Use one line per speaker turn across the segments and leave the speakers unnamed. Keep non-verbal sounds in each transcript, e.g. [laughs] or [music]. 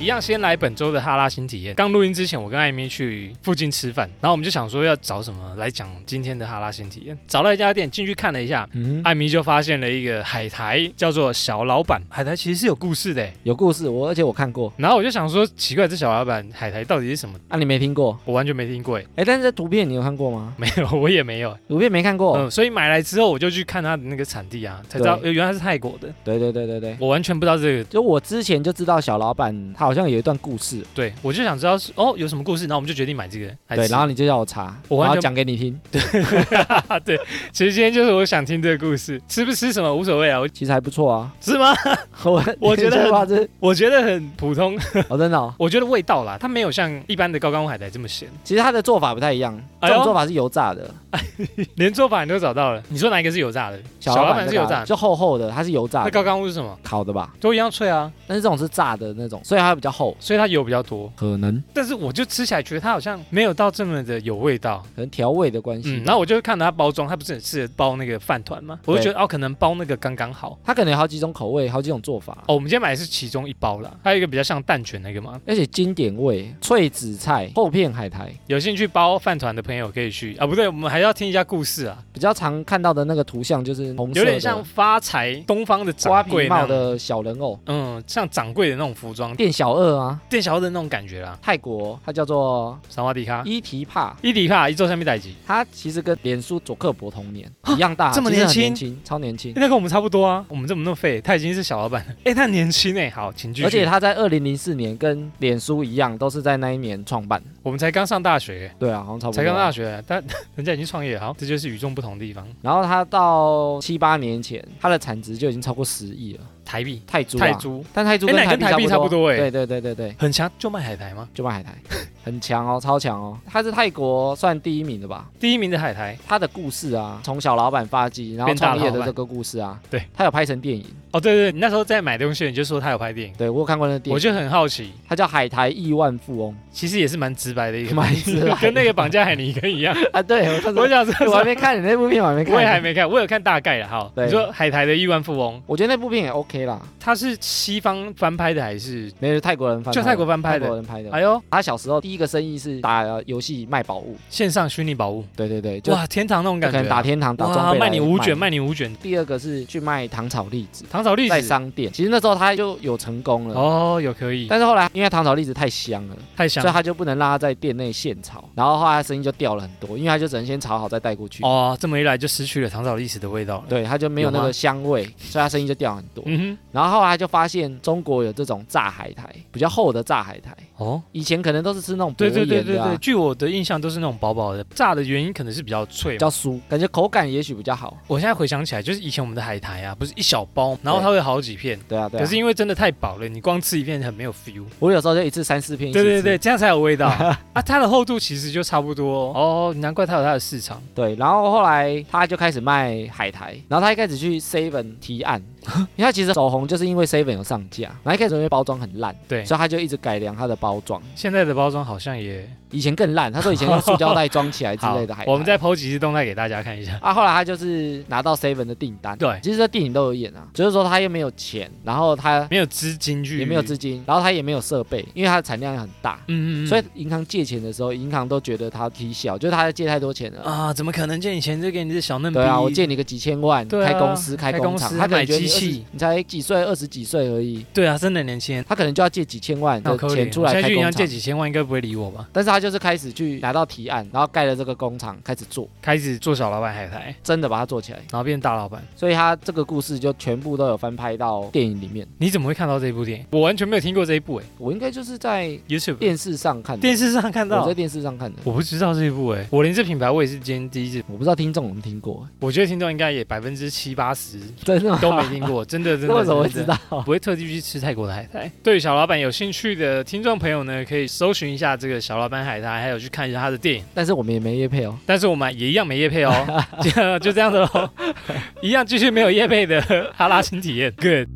一样先来本周的哈拉新体验。刚录音之前，我跟艾米去附近吃饭，然后我们就想说要找什么来讲今天的哈拉新体验。找到一家店，进去看了一下，
嗯，
艾米就发现了一个海苔，叫做小老板。海苔其实是有故事的欸，
有故事，我而且我看过，
然后我就想说，奇怪，这小老板海苔到底是什么？
啊，你没听过？
我完全没听过欸，
哎，但是这图片你有看过吗？
没有，我也没有欸。
图片没看过。
嗯，所以买来之后，我就去看它的那个产地啊，才知道呃原来是泰国的，
对对对对对，
我完全不知道这个。
就我之前就知道小老板他好像有一段故事，
对，我就想知道是哦有什么故事，然后我们就决定买这个来吃。
对，然后你就叫我查，
我完
然
全
后讲给你听，
啊， [laughs] 对，其实今天就是我想听这个故事，吃不吃什么无所谓啊，我
其实还不错啊。 [laughs]
是吗？ [laughs]
我
我觉得
这句话是，
我觉得很普通，
哦，真的哦，
我觉得味道啦，它没有像一般的高干海苔这么咸，
其实他的做法不太一样，
哎
这
呦
种做法是油炸的，
连做法你都找到了。你说哪一个是油炸的？
老
板是
这
油
个
炸的，
就厚厚的，它是油炸
那高
的，
干物是什么？
烤的吧？
都一样脆啊，
但是这种是炸的那种，所以它比较厚，
所以它油比较多。
可能
但是我就吃起来觉得它好像没有到这么的有味道。
可能调味的关系
嗯，。然后我就看它包装，它不是是包那个饭团吗？我就觉得哦，可能包那个刚刚好。
它可能有好几种口味，好几种做法，
哦，我们今天买的是其中一包啦，还有一个比较像蛋卷那个嘛。
而且经典味，脆紫菜、厚片海苔，
有兴趣包饭团的朋友可以去啊，不对，我们还要听一下故事啊。
比较常看到的那个图像就是红色的
有点像发财东方的
瓜
掌
皮
柜
帽
那样，
的小人偶，
嗯，像掌柜的那种服装，
店小二啊，
店小二的那种感觉啦。
泰国它叫做
萨瓦迪卡，
伊提帕，
伊迪卡一周下面代级，
它其实跟脸书佐克伯同年一样大，
啊这么
其实很
年
年轻，超年轻
那。跟我们差不多啊。我们这么那么废，他已经是小老 [laughs] 板了。哎，他年轻哎，好，请继续。
而且它在二零零四年跟脸书一样，都是在那一年创办。
我们才刚上大学，
对啊，好像差不多。
才刚上大。学，但人家已经创业，好，这就是与众不同的地方。
然后它到七八年前，它的产值就已经超过十亿了，
台币，
泰铢、啊。
泰铢
但泰铢
哎
跟
那跟台币
币差
差不多哎
对对对对对，
很强，就卖海苔吗？
就卖海苔，很强哦，超强哦。它是泰国算第一名的吧？
第一名的海苔，
他的故事啊，从小老板发迹，然后
变大
创业
老
的
板
这个故事啊，
对，
他有拍成电影，
哦，对对，对你那时候在买东西，你就说他有拍电影，
对我有看过那个电
我
影，
就很好奇，
他叫《海苔亿万富翁
其实也是蛮直白的一个，
蛮直白的
跟那个绑架海尼根一
[laughs]
样。》
啊，对，我看
我
我
想说，
我还没看你那部片，我还没看，
我也还，没看，我有看大概了哈。
对
你说海苔的亿万富翁，
我觉得那部片也 OK 啦，
它是西方翻拍的还是？
没有泰国人翻拍的，
就泰国翻拍的
泰国人拍的。
哎呦，
他小时候第一个生意是打游戏卖宝物，
线上虚拟宝物，
对对对，就就
哇，天堂那种
可
感觉啊，
能打天堂打装
哇，
备
卖你
来
五卷，卖你五卷，
第二个是去卖糖炒栗子，
糖炒栗
在
子。
商店，其实那时候他就有成功了。
哦，有可以，
但是后来，因为糖炒栗子太香了，
太香
所以
了。
他就不能让他在店内现炒，然后后来他生意就掉了很多，因为他就只能先炒好再带过去。
哦，这么一来就失去了糖炒栗子的味道了。
对，他就没有
有吗
那个香味，所以他生意就掉很多。
嗯
然后后来他就发现中国有这种炸海苔，比较厚的炸海苔，
哼，哦，
以前可能都是吃那种薄
对对
盐
对对
的、
对，
啊，
据我的印象都是那种薄薄的，炸的原因可能是比较脆
比
嘛。
较酥，感觉口感也许比较好。
我现在回想起来，就是以前我们的海苔啊，不是一小包，然后它会好几片，
对啊对啊。
可是因为真的太饱了，你光吃一片很没有 feel。
我有时候就一次三四片一起
对
吃，
对对，这样才有
[laughs]
味道啊！它的厚度其实就差不多哦，难怪它有它的市场。
对然后后来他就开始卖海苔，然后他一开始去 Seven 提案， [laughs] 因为他其实走红就是因为 Seven 有上架，然后一开始因为包装很烂，
对，
所以他就一直改良他的包装。
现在的包装好像也
以前更烂，他说以前用塑胶袋装起来之
好 [laughs]
类的海苔。
我们再剖几只动态给大家看一下。
啊，后来他就是拿到 Seven 的订单，
对
其实这电影都有演啊，只是说他又没有钱，然后他
没有资金去，
也没有资，金，然后他也没有设备，因为他的产量也很大，
嗯嗯嗯，
所以银行借钱的时候，银行都觉得他提小，就是他借太多钱了。
啊，怎么可能借你钱就给你这小嫩逼？
对啊，我借你个几千万，
嗯对啊
开公司、
开
工
公
厂，
司
他可能
买
觉得
机
你
器
20你才几岁，二十几岁而已，
对啊，真的年轻人，
他可能就要借几千万
那
的
我可
钱出来
现在
开
去银
工
行借
厂。
几千万，应该不会理我吧？
但是他就是开始去拿到提案，然后盖了这个工厂，开始做，
开始做小老板海苔，
真的把它做起来。
然后变大老板。
所以他这个故事就全部都有翻拍到电影里面。
你怎么会看到这部电影？我完全没有听过这一部哎
我应该就是在
，YouTube
电视上看的，
电视上看
我
到
在。电视上看的，
我不知道这一部哎、我连这品牌我也是今天第一次，
我不知道听众有没有听过，
我觉得听众应该也百分之七八十
真的吗？
都没听
[laughs]
过，真的真的。
那为什么会
真
知
的？
道？
不会特地去吃泰国的海苔。对于小老板有兴趣的听众朋友呢，可以搜寻一下这个小老板海苔，还有去看一下他的电影。
但是我们也没夜配哦。
但是我们也一样没夜配哦， [laughs] 就就这样的喽，
[laughs]
一样继续没有夜配的 [laughs] 哈拉新体验。Good。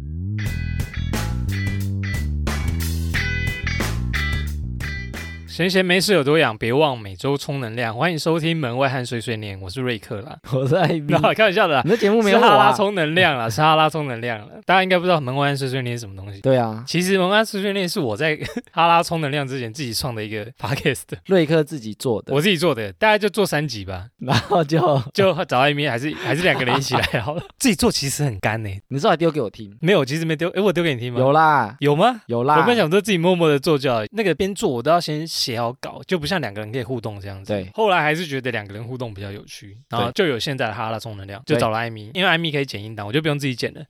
闲闲没事有多养，别忘每周充能量。欢迎收听《门外汉碎碎念》，我是瑞克啦。
我在一边，
那开玩笑的啦，
嗯你的节目没
是
有我
哈拉
啊？
充能量啦，是哈拉充能量啦。大家应该不知道门外汉碎碎念是什么东西。
对啊，
其实门外汉碎碎念是我在 [laughs] 哈拉充能量之前自己创的一个 [laughs] podcast，
瑞克自己做的，
我自己做的，大概就做三集吧，
然后就
就找艾米还是还是两个人一起来好了。 [laughs] 自己做其实很干呢、欸
你说还丢给
[laughs]
我听，
没有，其实没丢，诶，我丢给你听吗？
有啦
有啊吗？
有
我
啦，
跟你讲，说自己默默的做就好。那个边做我都要先写好稿，就不像两个人可以互动这样子。
对
后来还是觉得两个人互动比较有趣，然后就有现在的哈拉充能量，就
对
找了艾米，因为艾米可以剪音档，我就不用自己 [laughs] 剪了。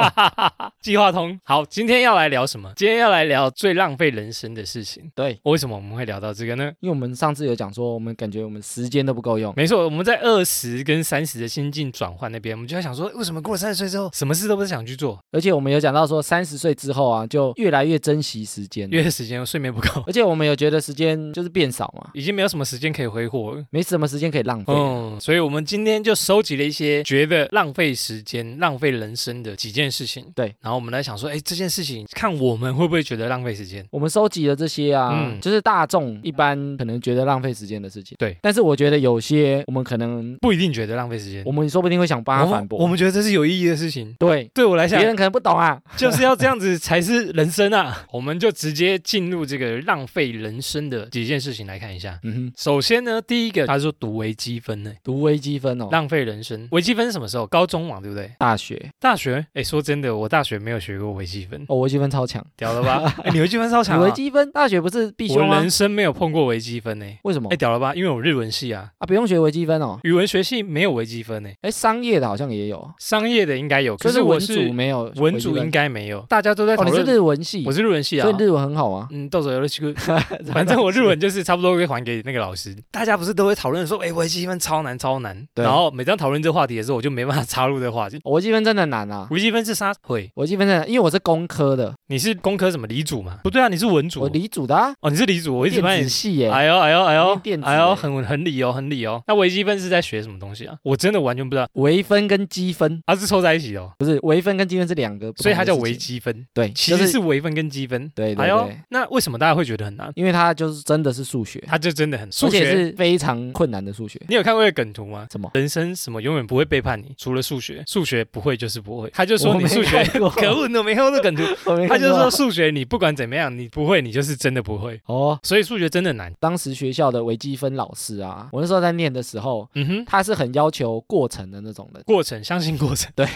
[laughs] 计划通。好，今天要来聊什么？今天要来聊最浪费人生的事情。
对，
为什么我们会聊到这个呢？
因为我们上次有讲说，我们感觉我们时间都不够用，
没错，我们在二十跟三十的心境转换那边，我们就在想说，为什么过了三十岁之后，什么事都不想去做，
而且我们有讲到说，三十岁之后啊，就越来越珍惜时间，
因为时间睡眠不够， [laughs]
而且我们有觉得时间就是变少嘛，
已经没有什么时间可以挥霍了。
没什么时间可以浪费。
嗯，所以我们今天就收集了一些觉得浪费时间、浪费人生的几件事情。
对，
然后我们来想说，哎，这件事情看我们会不会觉得浪费时间？
我们收集的这些啊，
嗯
就是大众一般可能觉得浪费时间的事情。
对，
但是我觉得有些我们可能，
不一定觉得浪费时间
我。们说不定会想帮他反
们
驳。
我们觉得这是有意义的事情。
对，
对我来讲 [laughs]
别，人可能不懂啊。
就是要这样子才是人生啊！我们就直接进入这个浪费人生的几件事情来看一下。
嗯哼，
首先呢，第一个他说读微积分呢、
读微积分哦，
浪费人生。微积分是什么时候？高中嘛，对不对？
大学
大学？哎，说真的，我大学没有学过微积分，
哦，微积分超强，
屌了 [laughs] 吧？哎，你微积分超强、
你
啊，
微积分大学不是必修
我
吗
人？生没有碰过微积分呢、
为什么
哎，？屌了吧？因为我日文系啊，
啊，不用学微积分哦。
语文学系没有微积分呢、
哎，商业的好像也有，
商业的应该有，可
就是
我
文
是
组没有
文组
微积分
应该没有，大家都在讨
哦，你
论。
是日文系
我，是日文系啊
所以，日文很好
[laughs]
啊。
嗯，到时候有去，反正我日文就是差不多会还给那个老师。大家不是都会讨论说，哎、微积分超难超难。
对
然后每当讨论这话题的时候，我就没办法插入这话题。
哦微积分真的难啊。
微积分是啥？会，
微积分真的，因为我是工科的，
你是工科什么理组嘛？不对啊，你是文组。
我理组的啊，
哦，你是理组，我一直把
电
你
子。系耶、
哎呦哎呦哎呦
念电子
哎呦，
欸
很很理哦，很理哦。那微积分是在学什么东西啊？我真的完全不知道，
微分跟积分
它、是凑在一起的哦，
不是微分跟积分是两个不同的事情，
所以它叫微积分，
对，
其实
就是
微分跟积分。
对对对，
哎呦，那为什么大家会觉得很难？
因为它就是真的是数学，
它就真的很数
而且
学。
是非常困难的数学。
你有看过一个梗图吗？ [laughs]
什么？
人生什么永远不会背叛你，除了数学，数学不会就是不会。他就说
我
你
没
数学
看过
可恶，你都没看过这梗图。
我没
他
看
就
过
说数学你不管怎么样，你不会，你就是真的不会。
哦，
所以数学真的难。
当时学校的微积分老师啊，我那时候在念的时候，
嗯哼，
他是很要求过程的那种人，
过程相信
[laughs]
过程。
对，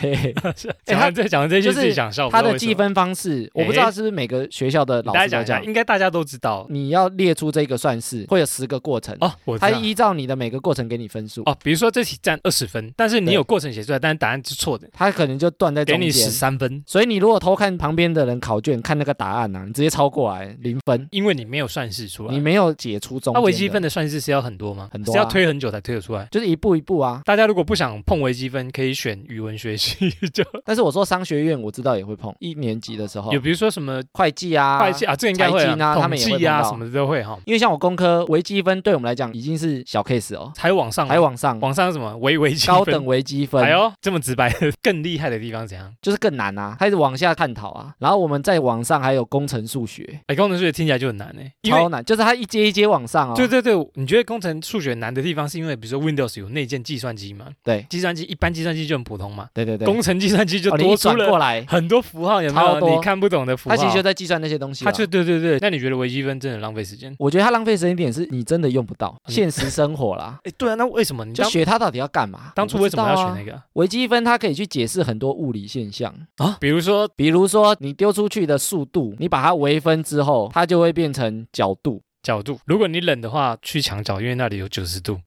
讲完这讲完这句
哎就是
自己想笑，
他的计分方式，我不知道是不是每个学校的
不知道为什么，
老
大家讲
师都
一
这
下，
样，
应该大家都知道
你要列出这个算式，会有十个过程。
哦。我
嗯他
知道
依照你的每个过程给你分数，
哦，比如说这题占二十分，但是你
对
有过程写出来，但是答案是错的，
他可能就断在
给
中
你十
间。
三分，
所以你如果偷看旁边的人考卷，看那个答案啊，你直接抄过来零分，
因为你没有算式出
你
来。
没有解出中间
那
的。
微积分的算式是要很多吗？
很多啊
是要推很久才推得出来。
就是一步一步啊。
大家如果不想碰微积分，可以选语文学系， [laughs] 就
但是我说商学院，我知道也会碰，一年级的时候
哦有比如说什么
会计啊，
会计啊，这应该会
财经啊他
统
们也会
计啊
碰到
什么的都会哈。
因为像我工科微积分对我们来讲已经是小 case 哦，
还有往上，
还往上
往上有什么微微积分
高等，微积分
哎呦，这么直白， [laughs] 更厉害的地方怎样？
就是更难啊，开始往下探讨啊。然后我们再往上还有工程数学，
哎，工程数学听起来就很难哎，因
超
为。
难，就是它一阶一阶往上哦。
对对对，你觉得工程数学难的地方是因为，比如说 Windows 有内建计算机嘛？
对
计算机一般计算机就很普通嘛，
对对对，
工程计算机就
哦你
多
一
出
转
了
过来，
很多符号，有没
超
有？
多
你看不懂的符号
它，其实就在计算那些东西
它
啊。
就对对对。那你觉得微积分真的浪费时间？
我觉得它浪费时间点是你真的用不到，
嗯
现实生活啦。
哎，对啊，那为什么 [laughs] 你
就
当
学它到底要干嘛？
当初为什么要选那个
个
啊？
微积分？它可以去解释很多物理现象，
啊，比如说
比如说你丢出去的速度，你把它微分之后，它就会变成角度。
角度，如果你冷的话，去墙角，因为那里有九十度。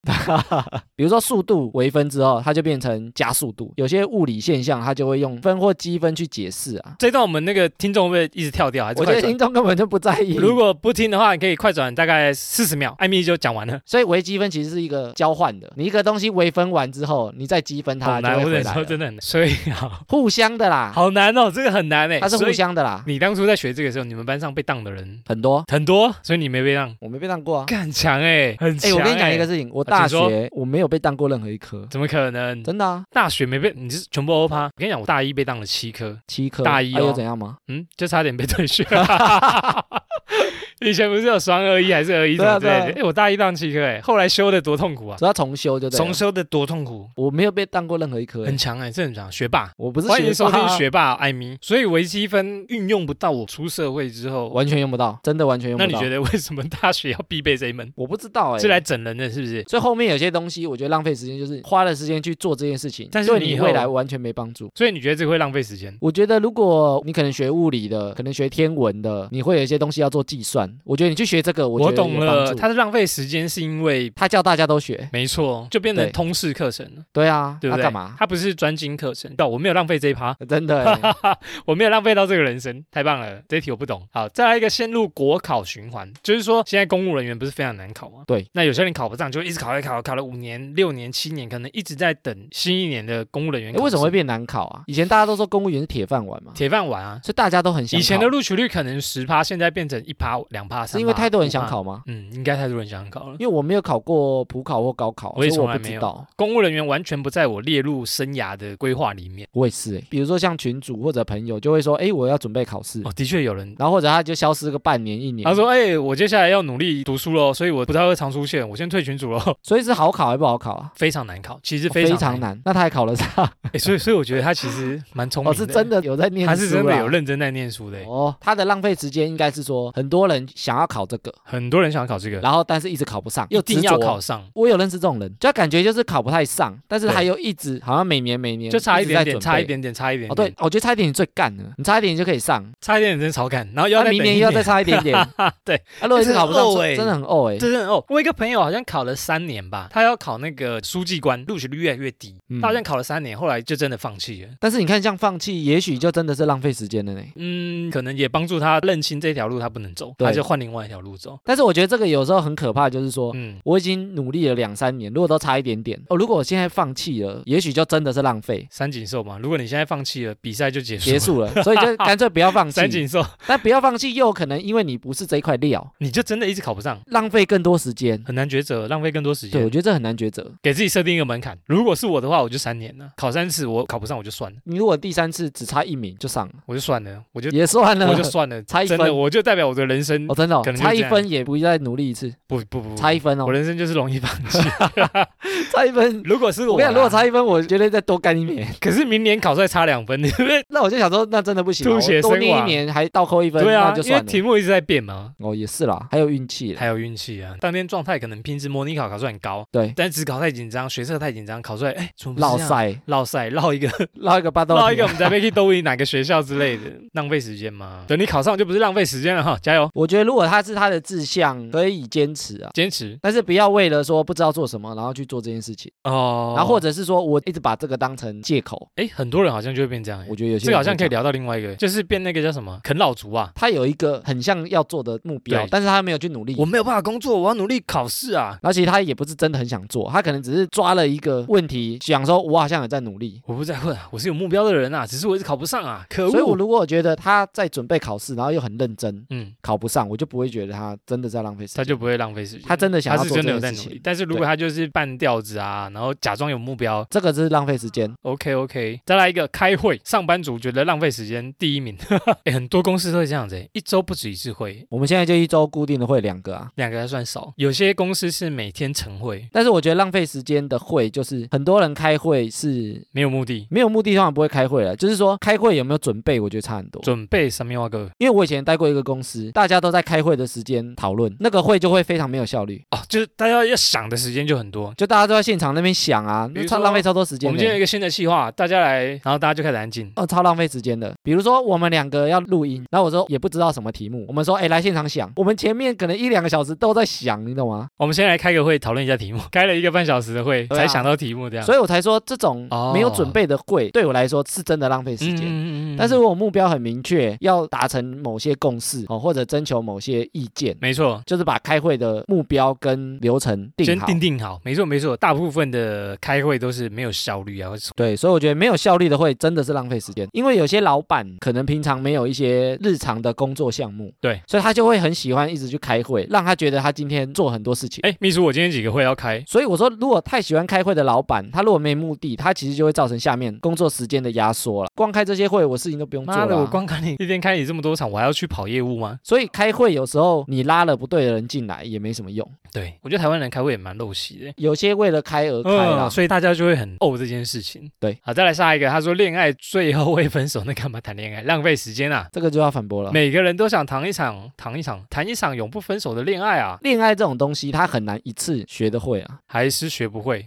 比如说速度微分之后，它就变成加速度。有些物理现象，它就会用分或积分去解释啊。
这一段我们那个听众会不会一直跳掉，还是
我觉
快
得
转
听？众根本就不在意。
如果不听的话，你可以快转大概四十秒，艾米就讲完了。
所以微积分其实是一个交换的，你一个东西微分完之后，你再积分它
好
啊就
难，
会
我只
回
能
来
说
了，
真的很难，所以好
互相的啦，
好难哦，这个很难哎。
啊它是
所
互
以
相的啦，
你当初在学这个时候，你们班上被当的人
很多。
很多，所以你没被当，
我没被当过啊。
干很强哎，很
哎、
强。啊
我跟你讲一个，事情，我大
请说
学我没有被当过任何一科，
怎么可能？
真的啊，
大学没被，你是全部欧趴。我跟你讲，我大一被当了七科，
七科，
大一
啊又
哦
[laughs] 怎样吗？
嗯，就差点被退学。 [laughs] 以前不是有双二一还是二一什
对啊
么之类的？哎、
对啊
我大一当汽科，哎，后来修的多痛苦啊！
所以要重修就对
重
了。
修的多痛苦，
我没有被当过任何一科、
很
欸，
强哎、这很强，学霸。
我不是
欢迎
学
收
霸
听
啊
学霸艾米。所以微积分运用不到我出社会之后，
完全用不到，真的完全用不
那
到。
你觉？得为什么大学要必备这一门？
我不知道哎、
是来整人的，是不是？
所以后面有些东西，我觉得浪费时间，就是花了时间去做这件事情，
但是
对
你以
你
后
未来完全没帮助。
所以你觉得这个会浪费时间？
我觉得，如果你可能学物理的，可能学天文的，你会有一些东西要做计算。我觉得你去学这个，我觉
我
得有
懂了，
帮助
他是浪费时间，是因为
他叫大家都学，
没错，就变成
对
通识课程了，
对啊，
对
他
不对？
干嘛？
他不是专精课程，啊但我没有浪费这一趴，
真的欸、
我没有浪费到这个人生，太棒了！这一题我不懂。好，再来一个陷入国考循环，就是说现在公务人员不是非常难考吗？
对，
那有些人考不上，就一直考，一直考，考了五年、六年、七年，可能一直在等新一年的公务人员考
诶
试。
哎为什么会变难考啊？以前大家都说公务员是铁饭碗嘛，
铁饭碗啊？
所以大家都很想
以
考。
前的录取率可能十趴，现在变成一趴、两趴、三
是因为太多人想。
5%
考吗？
嗯，应该太多人想考了。
因为我没有考过普考或高考，
我也
所以
从
我
来
不
没有
知道。
公务人员完全不在我列入生涯的规划里面。
我也是、欸，比如说像群主或者朋友就会说，哎，我要准备考试，
哦，的确有人。
然后或者他就消失个半年一年。
他说：“哎、我接下来要努力读书喽，所以我不太会常出现，我先退群组喽。
所以是好考还不好考啊？
[laughs] 非常难考，其实
哦
非常难。
难。那他还考了啥？
哎、所以所以我觉得他其实蛮聪明
哦，
的，
是真的有在念书
他
啦，
是真的有认真在念书的欸。
哦，他的浪费时间应该是说，很多人想要考这个，
很多人想要考这个，
然后但是一直考不上，又
一定要
执着
考。上，
我有认识这种人，就他感觉就是考不太上，但是
对
他又一直好像每年每年
就差一
直
点
在
点，
准
差一
备。
点点，差一点点
哦，对，，我觉得差一点你最干了，你差一点你就可以上，
差一点点真的超感，然后又要
那
再
明
等
年
一
又要再
年
差一点点，
[laughs] 对，
啊，如果一直考不
真
上
的很，欸呕
真的很呕哎，
真的哦，我有一个朋友好像考了三年吧，他要考那个书记官，录取率越来越低，
嗯
他好像考了三年，后来就真的放弃了。
但是你看这样放弃，也许就真的是浪费时间了呢。
嗯，可能也帮助他认清这条路他不能走，
对
他就换另外一条路走。
但是我觉得这个有时候很可怕，就是说。
嗯，
我已经努力了两三年，如果都差一点点哦，如果我现在放弃了，也许就真的是浪费，
三井寿嘛，如果你现在放弃了，比赛就结束了。
结束了，所以就干脆不要
[laughs]
放
三
弃。
井寿，
但不要放弃，又有可能因为你不是这一块料，
你就真的一直考不上，
浪费更多时间。
很难抉择，浪费更多时间
对，我。觉得这很难抉择。
给自己设定一个门槛。如果是我的话，我就三年了，考三次我考不上我就算了，
你如果第三次只差一名就上了，
我就算了，我就
[laughs] 也算了。
我就算了，
差一
真
分
的我就代表我的人生
哦，真的、哦
可能，就
差一
这样
分也不再努力一次，
不不不，
差一
不
分哦
我，人生就是容易放 [laughs] 弃。
差一分。
如果是
[laughs] 我
我
跟你
啦，
讲，如果差一分，我绝对再多干一年。
可是明年考出来差两分，对 [laughs] 不对？
[laughs] 那我就想说，那真的不行啊，
吐血
我多
身
念一
亡
年还倒扣一分，
对啊
那就，
因为
算了。
题目一直在变嘛。
哦，也是啦，还有运气啦。
还有运气啊，当天状态可能平时模拟考考出来很高，
对，
但只考太紧张，学测太紧张，考出来哎，怎么不是
落
这样，
塞， [laughs]
落赛，落一个，
落一个巴豆皮啊。
[laughs] 落一个，我们再被去兜里哪个学校之类的，浪费时间 [laughs] 嘛。等你考上就不是浪费时间了哈，加油，
我觉得如果他是他的志向，可以坚持啊。
坚持
但是不要为了说不知道做什么，然后去做这件事情，
哦。
然后或者是说我一直把这个当成借口，
哎，很多人好像就会变这样，哎
我觉得有些
这个好像
人
可
会
以
这样。
聊到另外一个，就是变那个叫什么啃老族啊。
他有一个很像要做的目标
对，
但是他没有去努力。
我没有办法工作，我要努力考试啊！
然后其实他也不是真的很想做，他可能只是抓了一个问题，想说我好像有在努力。
我不再混啊，我是有目标的人啊，只是我一直考不上啊，可恶！
所以我如果觉得他在准备考试，然后又很认真，
嗯，
考不上，我就不会觉得他真的在浪费时
他
间。
就不会浪费时间，
他真的想
他
要
是
做
真的
这
有在
件事
努力
情，，
但是如果他就是半吊子啊，然后假装有目标
这个是浪费时间。
，OK OK，再来一个开会，上班族觉得浪费时间第一名， [laughs] 哎，很多公司都会这样子、哎一周不止一次会，
我们现在就一周固定的会两个啊，
两个还算少，有些公司是每天晨会，
但是我觉得浪费时间的会，就是很多人开会是
没有目的，
没有目的，通常不会开会了。就是说开会有没有准备，我觉得差很多。
准备什么样的
因为我以前待过一个公司，大家都在开会的时间讨论，那个会就会非常没有效率，
哦，就是大家要想的时间就很多。
就大家都在现场那边想啊，
比
那
如
超
说
浪费超多时
我
间
们
的
今天有一个新的计划，大家来，然后大家就开始安静。
哦，超浪费时间的。比如说我们两个要录音，然后我说也不知道什么题目，我们说哎来现场想，我们前面可能一两个小时都在想，你懂吗？
我们先来开个会，讨论一下题目。 [laughs] 开了一个半小时的会，
对啊
才想到题目这样。
所以我才说这种
哦
没有准备的会，对我来说是真的浪费时间。
嗯
但是我目标很明确，要达成某些共识哦，或者征求某些意见，
没错，
就是把开会的目标跟流程定
先
好。
定定好，没错没错。大部分的开会都是没有效率啊，或者
对，所以我觉得没有效率的会真的是浪费时间，因为有些老板可能平常没有一些日常的工作项目，
对，
所以他就会很喜欢一直去开会，让他觉得他今天做很多事情。
哎，秘书，我今天几个会要开，
所以我说，如果太喜欢开会的老板，他如果没目的，他其实就会造成下面工作时间的压缩了。光开这些会，我事情都不用做
妈的，
了
我
啊。
光看你一天开你这么多场，我还要去跑业务吗？
所以开开会有时候你拉了不对的人进来也没什么用，
对，我觉得台湾人开会也蛮陋习的。
有些为了开而开啦。
嗯所以大家就会很怄这件事情。
对，
好，再来下一个，他说恋爱最后会分手，那干嘛谈恋爱？浪费时间啊！
这个就要反驳了。
每个人都想谈一场，谈一场，谈一场永不分手的恋爱啊，
恋爱这种东西，它很难一次学得
[laughs]
会啊。
还是学不会。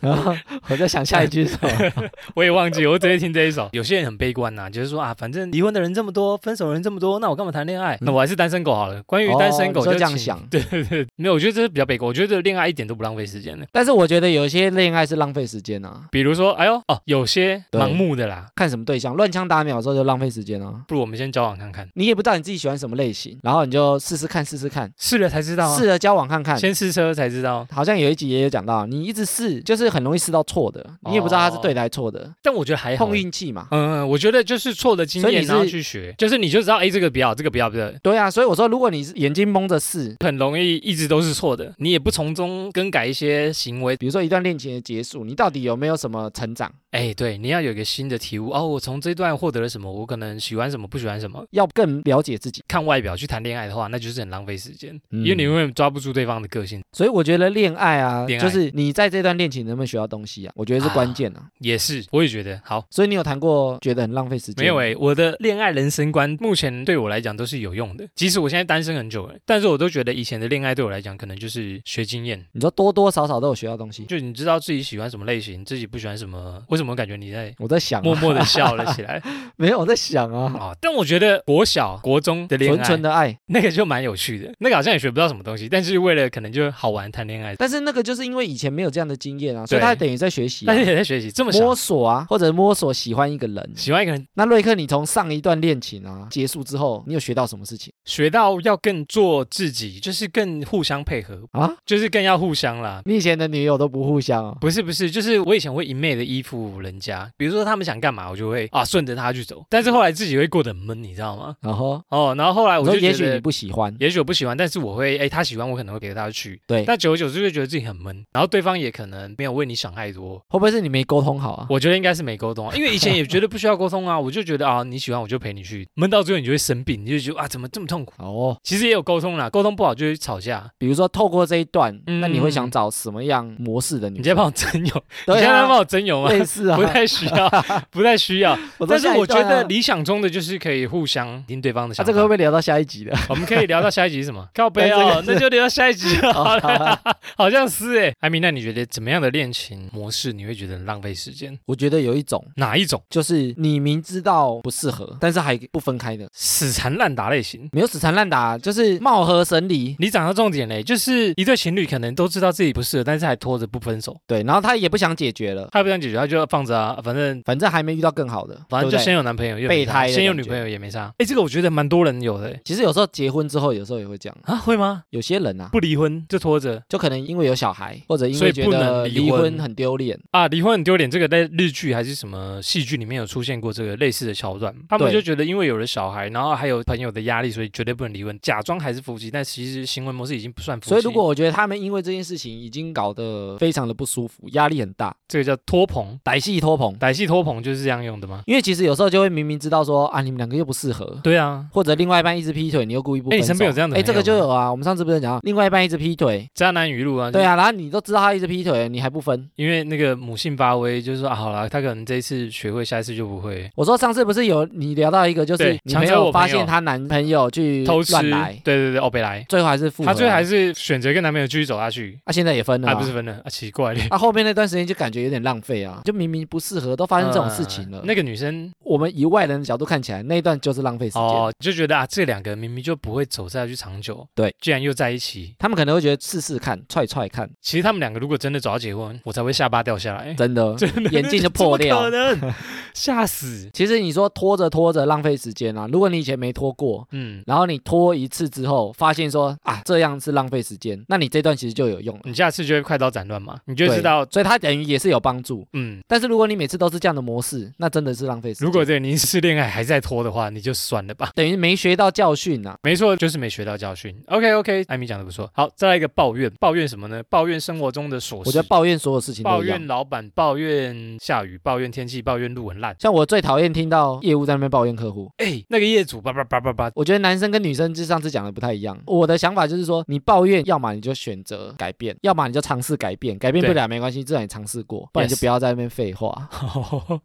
然后我在想下一句是什么？
我也忘记，我直接听这一首。有些人很悲观呐、就是说啊，反正离婚的人这么多，分手的人这么多，那我干嘛谈恋爱？那我还是单身狗好了。关于单身狗
哦你说
就
这样
请
想，
对对对，没有，我觉得这是比较悲观。我觉得恋爱一点都不浪费时间的。
但是我觉得有一些恋爱是浪费时间啊，
比如说，哎呦哦，有些
对
盲目的啦，
看什么对象，乱枪打鸟的时候就浪费时间啊。
不如我们先交往看看，
你也不知道你自己喜欢什么类型，然后你就试试看，试试看，
试了才知道、啊，
试着交往看看。
先试车才知道。
好像有一集也有讲到，你一直试，就是很容易试到错的，你也不知道它是对的还是错的，
但我觉得还哦哎好
碰。运气嘛。
嗯，我觉得就是错的经
所以
验，
你是
然后去学，就是你就知道，哎，这个不要，这个不要，不要，
对啊，所以我说，如果你是眼睛蒙着试，
很容易一直都是错的，你也不从中更改一些行为。
比如说一段恋情的结束，你到底有没有什么成长？
哎，对，你要有一个新的体悟。哦，我从这段获得了什么？我可能喜欢什么，不喜欢什么。
要更了解自己。
看外表去谈恋爱的话，那就是很浪费时间，
嗯
因为你永远抓不住对方的个性。
所以我觉得恋爱啊，
恋爱
就是你在这段恋情能不能学到东西啊，我觉得是关键啊。
也是，我也觉得好。
所以你有谈过觉得很浪费时间？
没有欸诶、我的恋爱人生观目前对我来讲都是有用的。即使我现在单身很久了，但是我都觉得以前的恋爱对我来讲，可能就是学经验。
你说多多少少都有学到东西。
就你知道自己喜欢什么类型，自己不喜欢什么，为什么感觉你在
我在想、啊，
默默的笑了起来
[laughs]
[laughs]
没有我在想啊，
啊、但我觉得国小、国中的恋爱，
纯纯的爱，
那个就蛮有趣的，那个好像也学不到什么东西，但是为了可能就好玩谈恋爱，
但是那个就是因为以前没有这样的经验啊，所以
对
他等于在学习啊、
但是也在学习。这么小
摸，索啊，或者摸索喜欢一个人。啊
[laughs] 喜欢一个人，
那瑞克，你从上一段恋情啊结束之后，你有学到什么事情
学到要更做自己，就是更互相配合，
啊？
就是更要互相啦。
你以前的女友都不互相哦。
不是不是，就是我以前会一昧的依附人家，比如说他们想干嘛，我就会啊顺着他去走，但是后来自己会过得很闷，你知道吗？
然后
哦，然后后来
我
我
说，
就
也
觉
许你
得。
不喜欢，
也许我不喜欢，但是我会，哎，他喜欢我可能会陪他去，
对
但久而久之就觉得自己很闷，然后对方也可能没有为你想太多，
会不会是你没沟通好
[laughs]
啊？
我觉得应该是没沟通啊，因为以前也觉得不需要沟通啊，我就觉得啊，你喜欢我就陪你去，闷到最后你就会生病，你就觉得啊，怎么这么痛苦？
哦，
其实也有沟通啦，沟通不好就会吵架。
比如说透过这一段，
嗯
那你会想找什么样模式的女
你
生？
在帮我征 [laughs] 友，你
对
现在在
啊
帮，我征友吗？
类似啊
不。太需 [laughs] 要，不太需要。
我说
但是
下一
我觉
段啊
得理想中的就是可以互相听对方的
啊，
想法。
这个会不会聊到下一集的？
我们可以聊到下一集是 [laughs] 什么？告白哦，那就聊到下一集 [laughs] 好了。好像是哎，艾米，那你觉得怎么样的恋情模式你会觉得很浪费时间？
[laughs] 我觉得有一种
哪一种？
就是你明知道不适合，但是还不分开的，
死缠烂打类型。
没有死缠烂打，就是貌合神离。
你讲到重点嘞，就是一对情侣可能都知道自己不适合，但是还拖着不分手，
对，然后他也不想解决了，
他也不想解决，他就放着啊，反正
反正还没遇到更好的，
反正
对
就
不对
先有男朋友，又
备
没差
胎的
先有
感
女
觉
朋友也没差。哎，这个我觉得蛮多人有的欸
其实有时候结婚之后，有时候也会这样，
啊，会吗？
有些人啊，
不离婚就拖着
就可能因为有小孩，或者因
所以
为
不
觉得
能离
离
婚
婚很丢脸，
啊，离婚很丢脸。这个在日剧还是什么戏剧里面有出现过这个类似的桥段，他们
对
就觉得因为有了小孩，然后还有朋友的压力，所以绝对不能离婚，假装还是夫妻，但其实行为模式已经不算夫妻。
所以如果我觉得他们因为这件事情已经搞得非常的不舒服，压力很大，
这个叫拖棚，
歹戏拖棚，
歹戏拖棚就是这样用的吗？
因为其实有时候就会明明知道说啊，你们两个又不适合，
对啊，
或者另外一半一直劈腿，你又故意不分
哎
手。
你身边有这样的
哎，
朋友
这个就有啊。我们上次不是讲到，另外一半一直劈腿，
渣男语录啊，
对啊，然后你都知道他一直劈腿，你还不分。
因为那个母性发威，就是说啊，好了，他可能这一次学会，下一次就不会
我说上次不是有你聊到一个，就是
对
你朋
强奸
友
我朋友
发现她男朋友去
偷吃。
乱
对
来，
对对，哦，北来，
最后还是复合啊，
她最后还是选择跟男朋友继续走下去，
啊，现在也分了
还
啊，
不是分了啊？奇怪嘞，
啊，后面那段时间就感觉有点浪费啊，就明明不适合，都发生这种事情了。
嗯那个女生
我们以外人的角度看起来，那一段就是浪费时间。
哦，就觉得啊，这两个明明就不会走下去长久，
对，
居然又在一起。
他们可能会觉得试试看，踹踹看，
其实他们两个如果真的走到结婚，我才会下巴掉下来，[laughs]
真的，眼镜就破
怎么可。
掉
能吓死。
其实你说拖着拖着浪费时间啊，如果你以前没拖过，
嗯，
然后你拖一次之后，发现说啊这样是浪费时间，那你这段其实就有用了，
你下次就会快刀斩乱麻，你就
对
知道，
所以它等于也是有帮助。
嗯，
但是如果你每次都是这样的模式，那真的是浪费时间。
如果这个您是恋爱还在拖的话，你就算了吧。
等于没学到教训啊，
没错，就是没学到教训。OK OK，艾米讲的不错。好，再来一个抱怨，抱怨什么呢？抱怨生活中的琐
我觉得
事，
抱怨所有事情
抱
都一样
怨。老板，抱怨下雨，抱怨天气，抱怨路很烂。
像我最讨厌听到业务在那边抱怨客户，
哎，那个业主叭叭叭叭叭， [laughs]
我觉得男生跟跟女生就上次讲的不太一样。我的想法就是说，你抱怨，要么你就选择改变，要么你就尝试改变，改变不
对
了没关系，至少你尝试过，不然你就
Yes
不要在那边废话。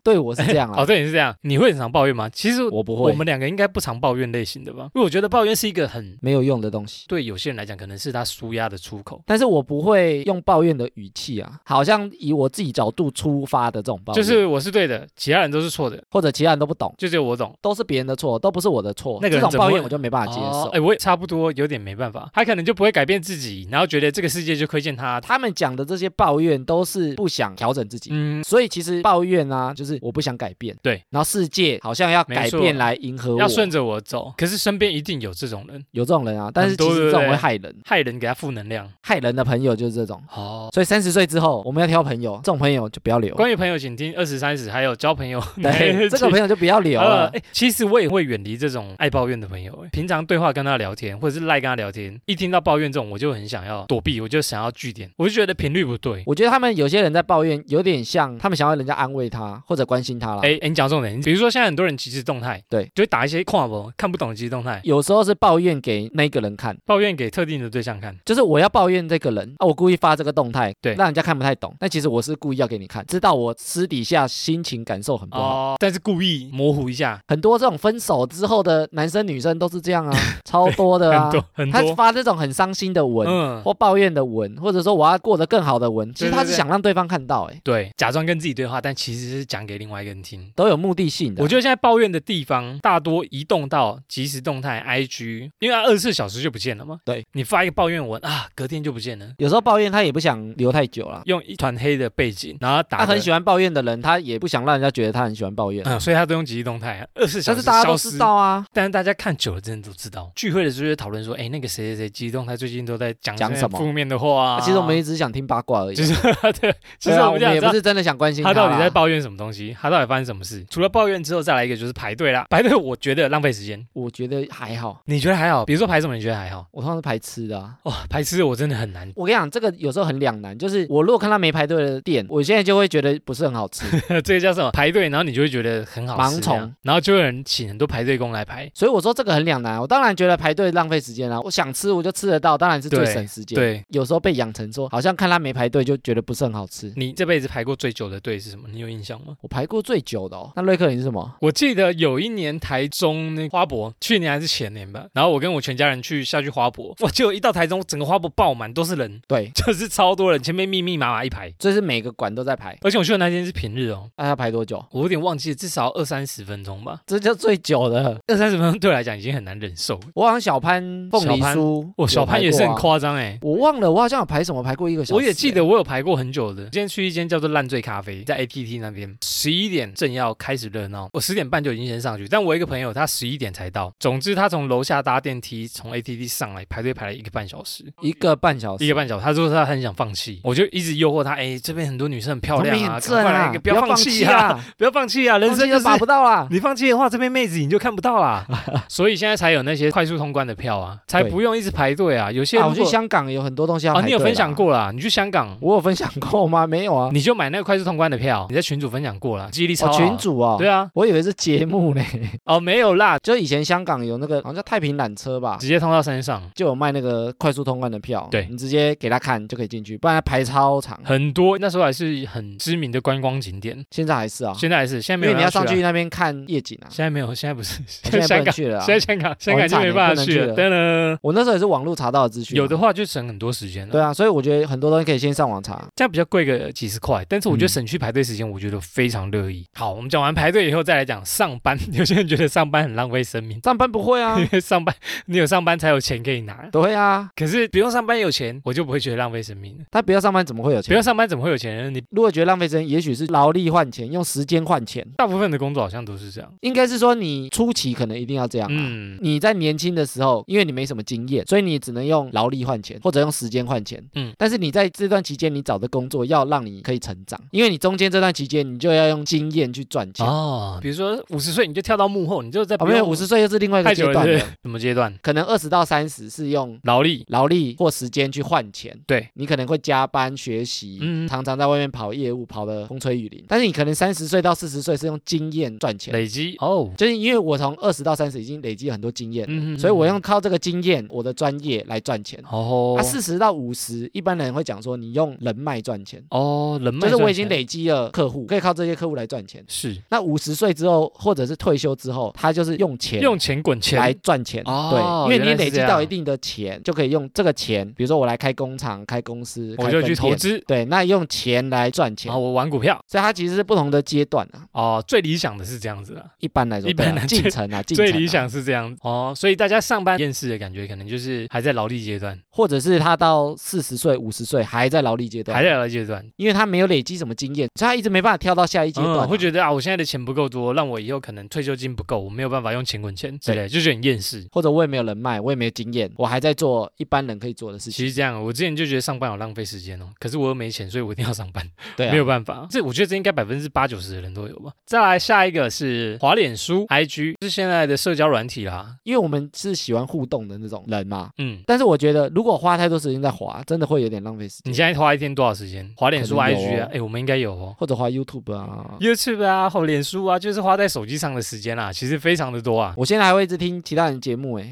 对我是这
[laughs]
样
哦，
啦，
对，你是这样，你会很常抱怨吗？其实
啊我不
我
会，
们两个应该不常抱怨类型的吧，因为我觉得抱怨是一个很
没有用的东西。
对有些人来讲，可能是他舒压的出口。
但是我不会用抱怨的语气啊，好像以我自己角度出发的这种抱
就
怨，
是我是对的，其他人都是错的，
或者其他人都不懂，
就只有我懂。
都是别人的错，都不是我的错，
那个人怎
这种
么
抱
会
怨我就没办法接受。
哦哎、我也差不多有点没办法，他可能就不会改变自己，然后觉得这个世界就亏欠他。
他们讲的这些抱怨都是不想调整自己。
嗯，
所以其实抱怨啊，就是我不想改变，
对，
然后世界好像要改
没错
变来迎合我，
要顺着我走。可是身边一定有这种人，
有这种人啊，但是
很多
其实这
对
种
不对
会害人，
害人给他负能量。
害人的朋友就是这种。
哦，
所以三十岁之后，我们要挑朋友，这种朋友就不要留。
关于朋友，请听二十三十，还有交朋友那
[laughs]
[laughs]
对，
一
这
集。
个朋友就不要
[laughs]
留
呃
了。
哎其实我也会远离这种爱抱怨的朋友、哎平常对话跟他聊天，或者是赖跟他聊天，一听到抱怨这种，我就很想要躲避，我就想要据点，我就觉得频率不对。
我觉得他们有些人在抱怨，有点像他们想要人家安慰他或者关心他啦。
哎、哎你讲重点，比如说现在很多人即时动态，
对，
就会打一些跨博看不懂的即时动态，
有时候是抱怨给那个人看，
抱怨给特定的对象看。
就是我要抱怨这个人啊，我故意发这个动态，
对
让人家看不太懂。但其实我是故意要给你看，知道我私底下心情感受很不好。
哦，但是故意模糊一下，
很多这种分手之后的男生女生都是这样
[laughs]
啊，超多的啊
很。多很
他
多，
发这种很伤心的文，
嗯，
或抱怨的文，或者说我要过得更好的文，其实
对对
他是
对
想让对方看到、欸，
对，假装跟自己对话，但其实是讲给另外一个人听。
都有目的性的。啊
我觉得现在抱怨的地方大多移动到即时动态、IG，因为啊它二十四小时就不见了嘛。
对，
你发一个抱怨文啊，隔天就不见了，
有时候抱怨他也不想留太久了，
用一团黑的背景，然后打
他
个。
很喜欢抱怨的人，他也不想让人家觉得他很喜欢抱怨。
嗯，所以他都用即时动态，二十四小
但
时
是大家都
消失
知道啊，
但是大家看久了，真的都知道。聚会的时候就讨论说，哎，那个谁谁谁，即时动态最近都在讲
讲
些
什么
负面的话、啊。
其实我
[laughs]
们也只是想听八卦而已。啊
其实 [laughs] 对，其
对
实
啊，
我们
我们
这样
也
知
不
道
是真的想关心
他
啦
到底在？抱怨什么东西？他到底发生什么事？除了抱怨之后，再来一个就是排队啦。 [laughs] 排队我觉得浪费时间，
我觉得还好，
你觉得还好？比如说排什么？你觉得还好？
我通常是排吃的、啊。
哇、哦，排吃我真的很难。 [laughs]
我跟你讲，这个有时候很两难，就是我如果看到没排队的店，我现在就会觉得不是很好
[laughs]
吃，
这个叫什么？排队，然后你就会觉得很好吃
盲
这样
从，
然后就有人请很多排队工来排。
所以我说这个很两难。我当然觉得排队浪费时间啊，我想吃我就吃得到，当然是最
对
省时间。，
对
有时候被养成说，好像看他没排队就觉得不是很好吃。
你这辈子排过最久的队是什么？你有印象吗？
我排过最久的哦，那瑞克你是什么？
我记得有一年台中那花博，去年还是前年吧，然后我跟我全家人去下去花博，哇，结果一到台中，整个花博爆满，都是人， [laughs]
对，
就是超多人，前面密密麻麻一排。
就是每个馆都在排，
而且我去的那天是平日哦，
那、要排多久？
我有点忘记了，至少二三十分钟吧。
这叫最久的。
二三十分钟对我来讲已经很难忍受了。
我好像小潘凤梨
小潘
酥，
我小潘也是很。夸张哎，
啊我忘了，我好像有排什么排过一个小时、
我也记得我有排过很久的。今天去一间叫做烂醉咖啡，在 APT 那边，十一点正要开始热闹，我十点半就已经先上去，但我一个朋友他十一点才到。总之他从楼下搭电梯从 APT 上来，排队排了一个半小时。
一个半小时，
一个半小时，他说他很想放弃，我就一直诱惑他，哎，这边很多女生很漂亮啊，
很
赶
正
快来
啊
一，个，
要
要
放
放
弃
弃啊，，不要放弃啊，人
人
生
生
就
就是把不到啊啦。
你放弃的话，这边妹子你就看不到
[laughs]
啦。所以现在才有那些快速通关的票啊，才
对
不用一直排队啊。有些
啊，
如
我去
果
香港有很多东西要排
啊，
队啦哦
你有分享？过啦，你去香港，
我有分享过吗？ [laughs] 没有啊，
你就买那个快速通关的票，你在群主分享过啦，记忆力超
哦，
好。
群主哦，
对啊，
我以为是节目嘞，
哦没有啦，
[laughs] 就以前香港有那个好像叫太平缆车吧
直。接通到山上，
就有卖那个快速通关的票，
对
你直接给他看就可以进去，不然他排
[laughs]
超长。
很多那时候还是很知名的观光景点，
现在还是啊，
现在还是现在
因
没有
为
人
你要
去啊
上去，那边看夜景啊。
现在没有，现在不是，现
现在不
香
能
港。
去了啊、
现在香港，香港已经没办法去了。
很
噔
惨
噔，
我那时候也是网络查到的资讯啊、
有的话就省很多时间了。
对啊，所以我觉得很多东西可以先上网查。
这样比较贵个几十块，但是我觉得
嗯
省去排队时间，我觉得非常乐意。好，我们讲完排队以后再来讲上班。 [laughs] 有些人觉得上班很浪费生命，
上班不会 [laughs] 啊
因，为上班你有上班才有钱可以拿，
对啊，
可是不用上班有钱，我就不会觉得浪费生命了。
他不要上班怎么会有
不
钱
用？上班怎么会有钱呢？你
如果觉得浪费时间，也许是劳力换钱，用时间换钱，
大部分的工作好像都是这样。
应该是说你初期可能一定要这样、啊。
嗯
你在年轻的时候，因为你没什么经验，所以你只能用劳力换钱，或者用时间换钱。
嗯
嗯，但是你在这段期间，你找的工作要让你可以成长，因为你中间这段期间，你就要用经验去赚钱。哦，
哦，比如说五十岁你就跳到幕后，你就在
没有，五十岁又是另外一个
太
阶
久了
段
是不
了
是，什么阶段？
可能二十到三十是用
劳力
劳力或时间去换钱。
对，
你可能会加班学习，
嗯
常常在外面跑业务，跑得风吹雨淋。但是你可能三十岁到四十岁是用经验赚钱。
累积哦，
就是因为我从二十到三十已经累积了很多经验，
嗯
所以我用靠这个经验，我的专业来赚钱。
哦
啊，四十到五十，一般人会讲说你用人脉赚钱，
哦人脉
就是我已
赚
经
钱
累积了客户，可以靠这些客户来赚钱。
是
那五十岁之后，或者是退休之后，他就是用钱
用钱滚钱
来赚钱。
哦
对，因为
原来
你
是
累积
这
到
样
一定的钱，就可以用这个钱，比如说我来开工厂、开公司，
哦我
开
就
分
去投
店。
资，
对，那用钱来赚钱
然，后我玩股票
所以它其实是不同的阶段啊。
哦，最理想的是这样子啦，
一般来说，
一般
对啊
来说
进程啊，进程啊
[laughs] 最理，想是这样哦，所以大家上班厌世的感觉，可能就是还在劳力阶段，
或者是他到四十岁、五十岁还在劳力阶
还
段，
在劳力阶段，
因为他没有累积什么经验，所以他一直没办法跳到下一阶段啊。
嗯，会觉得啊，我现在的钱不够多，让我以后可能退休金不够，我没有办法用钱滚钱之类，就觉得很厌世。
或者我也没有人脉，我也没有经验，我还在做一般人可以做的事情。
其实这样，我之前就觉得上班好浪费时间哦，可是我又没钱，所以我一定要上班，
对、啊，
没有办法。这我觉得这应该百分之八九十的人都有吧。再来下一个是滑脸书、IG，是现在的社交软体啦。
因为我们是喜欢互动的那种人嘛。
嗯，
但是我觉得，如果花太多时间在滑，真的会有点浪费时
你
间。
现在花一天多少时间？滑脸书、
可能有
IG 啊
哦？
哎，我们应该有哦。
或者滑 YouTube 啊，
YouTube 啊，或脸书啊，就是花在手机上的时间啦、其实非常的多啊。
我现在还会一直听其他人的节目
[laughs]
哎、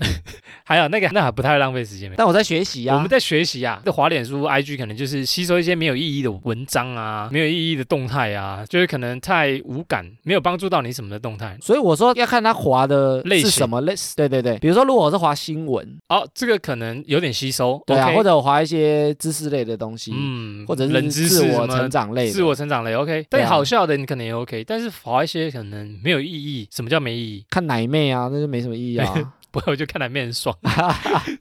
还有那个，那还不太浪费时间没。
但我在学习
我
啊
们。在学习啊，这滑脸书、IG 可能就是吸收一些没有意义的文章啊，没有意义的动态啊，就是可能太无感，没有帮助到你什么的动态。
所以我说要看他滑的
类
是
型
什么类似，对对对，比如说如果我是滑新闻，
哦，这个可能有点吸收，
对啊
OK
或者我滑一些知识类的东西，
嗯，
或者
冷
是
知
自
识
我
什么
成长类的，
自我成长类 OK，
对
但
啊
好笑的你可能也 OK，但是滑一些可能没有意义。什么叫没意义？ [laughs]
看奶妹啊，那就没什么意义啊。
不会，我就看南面很
[laughs]
爽，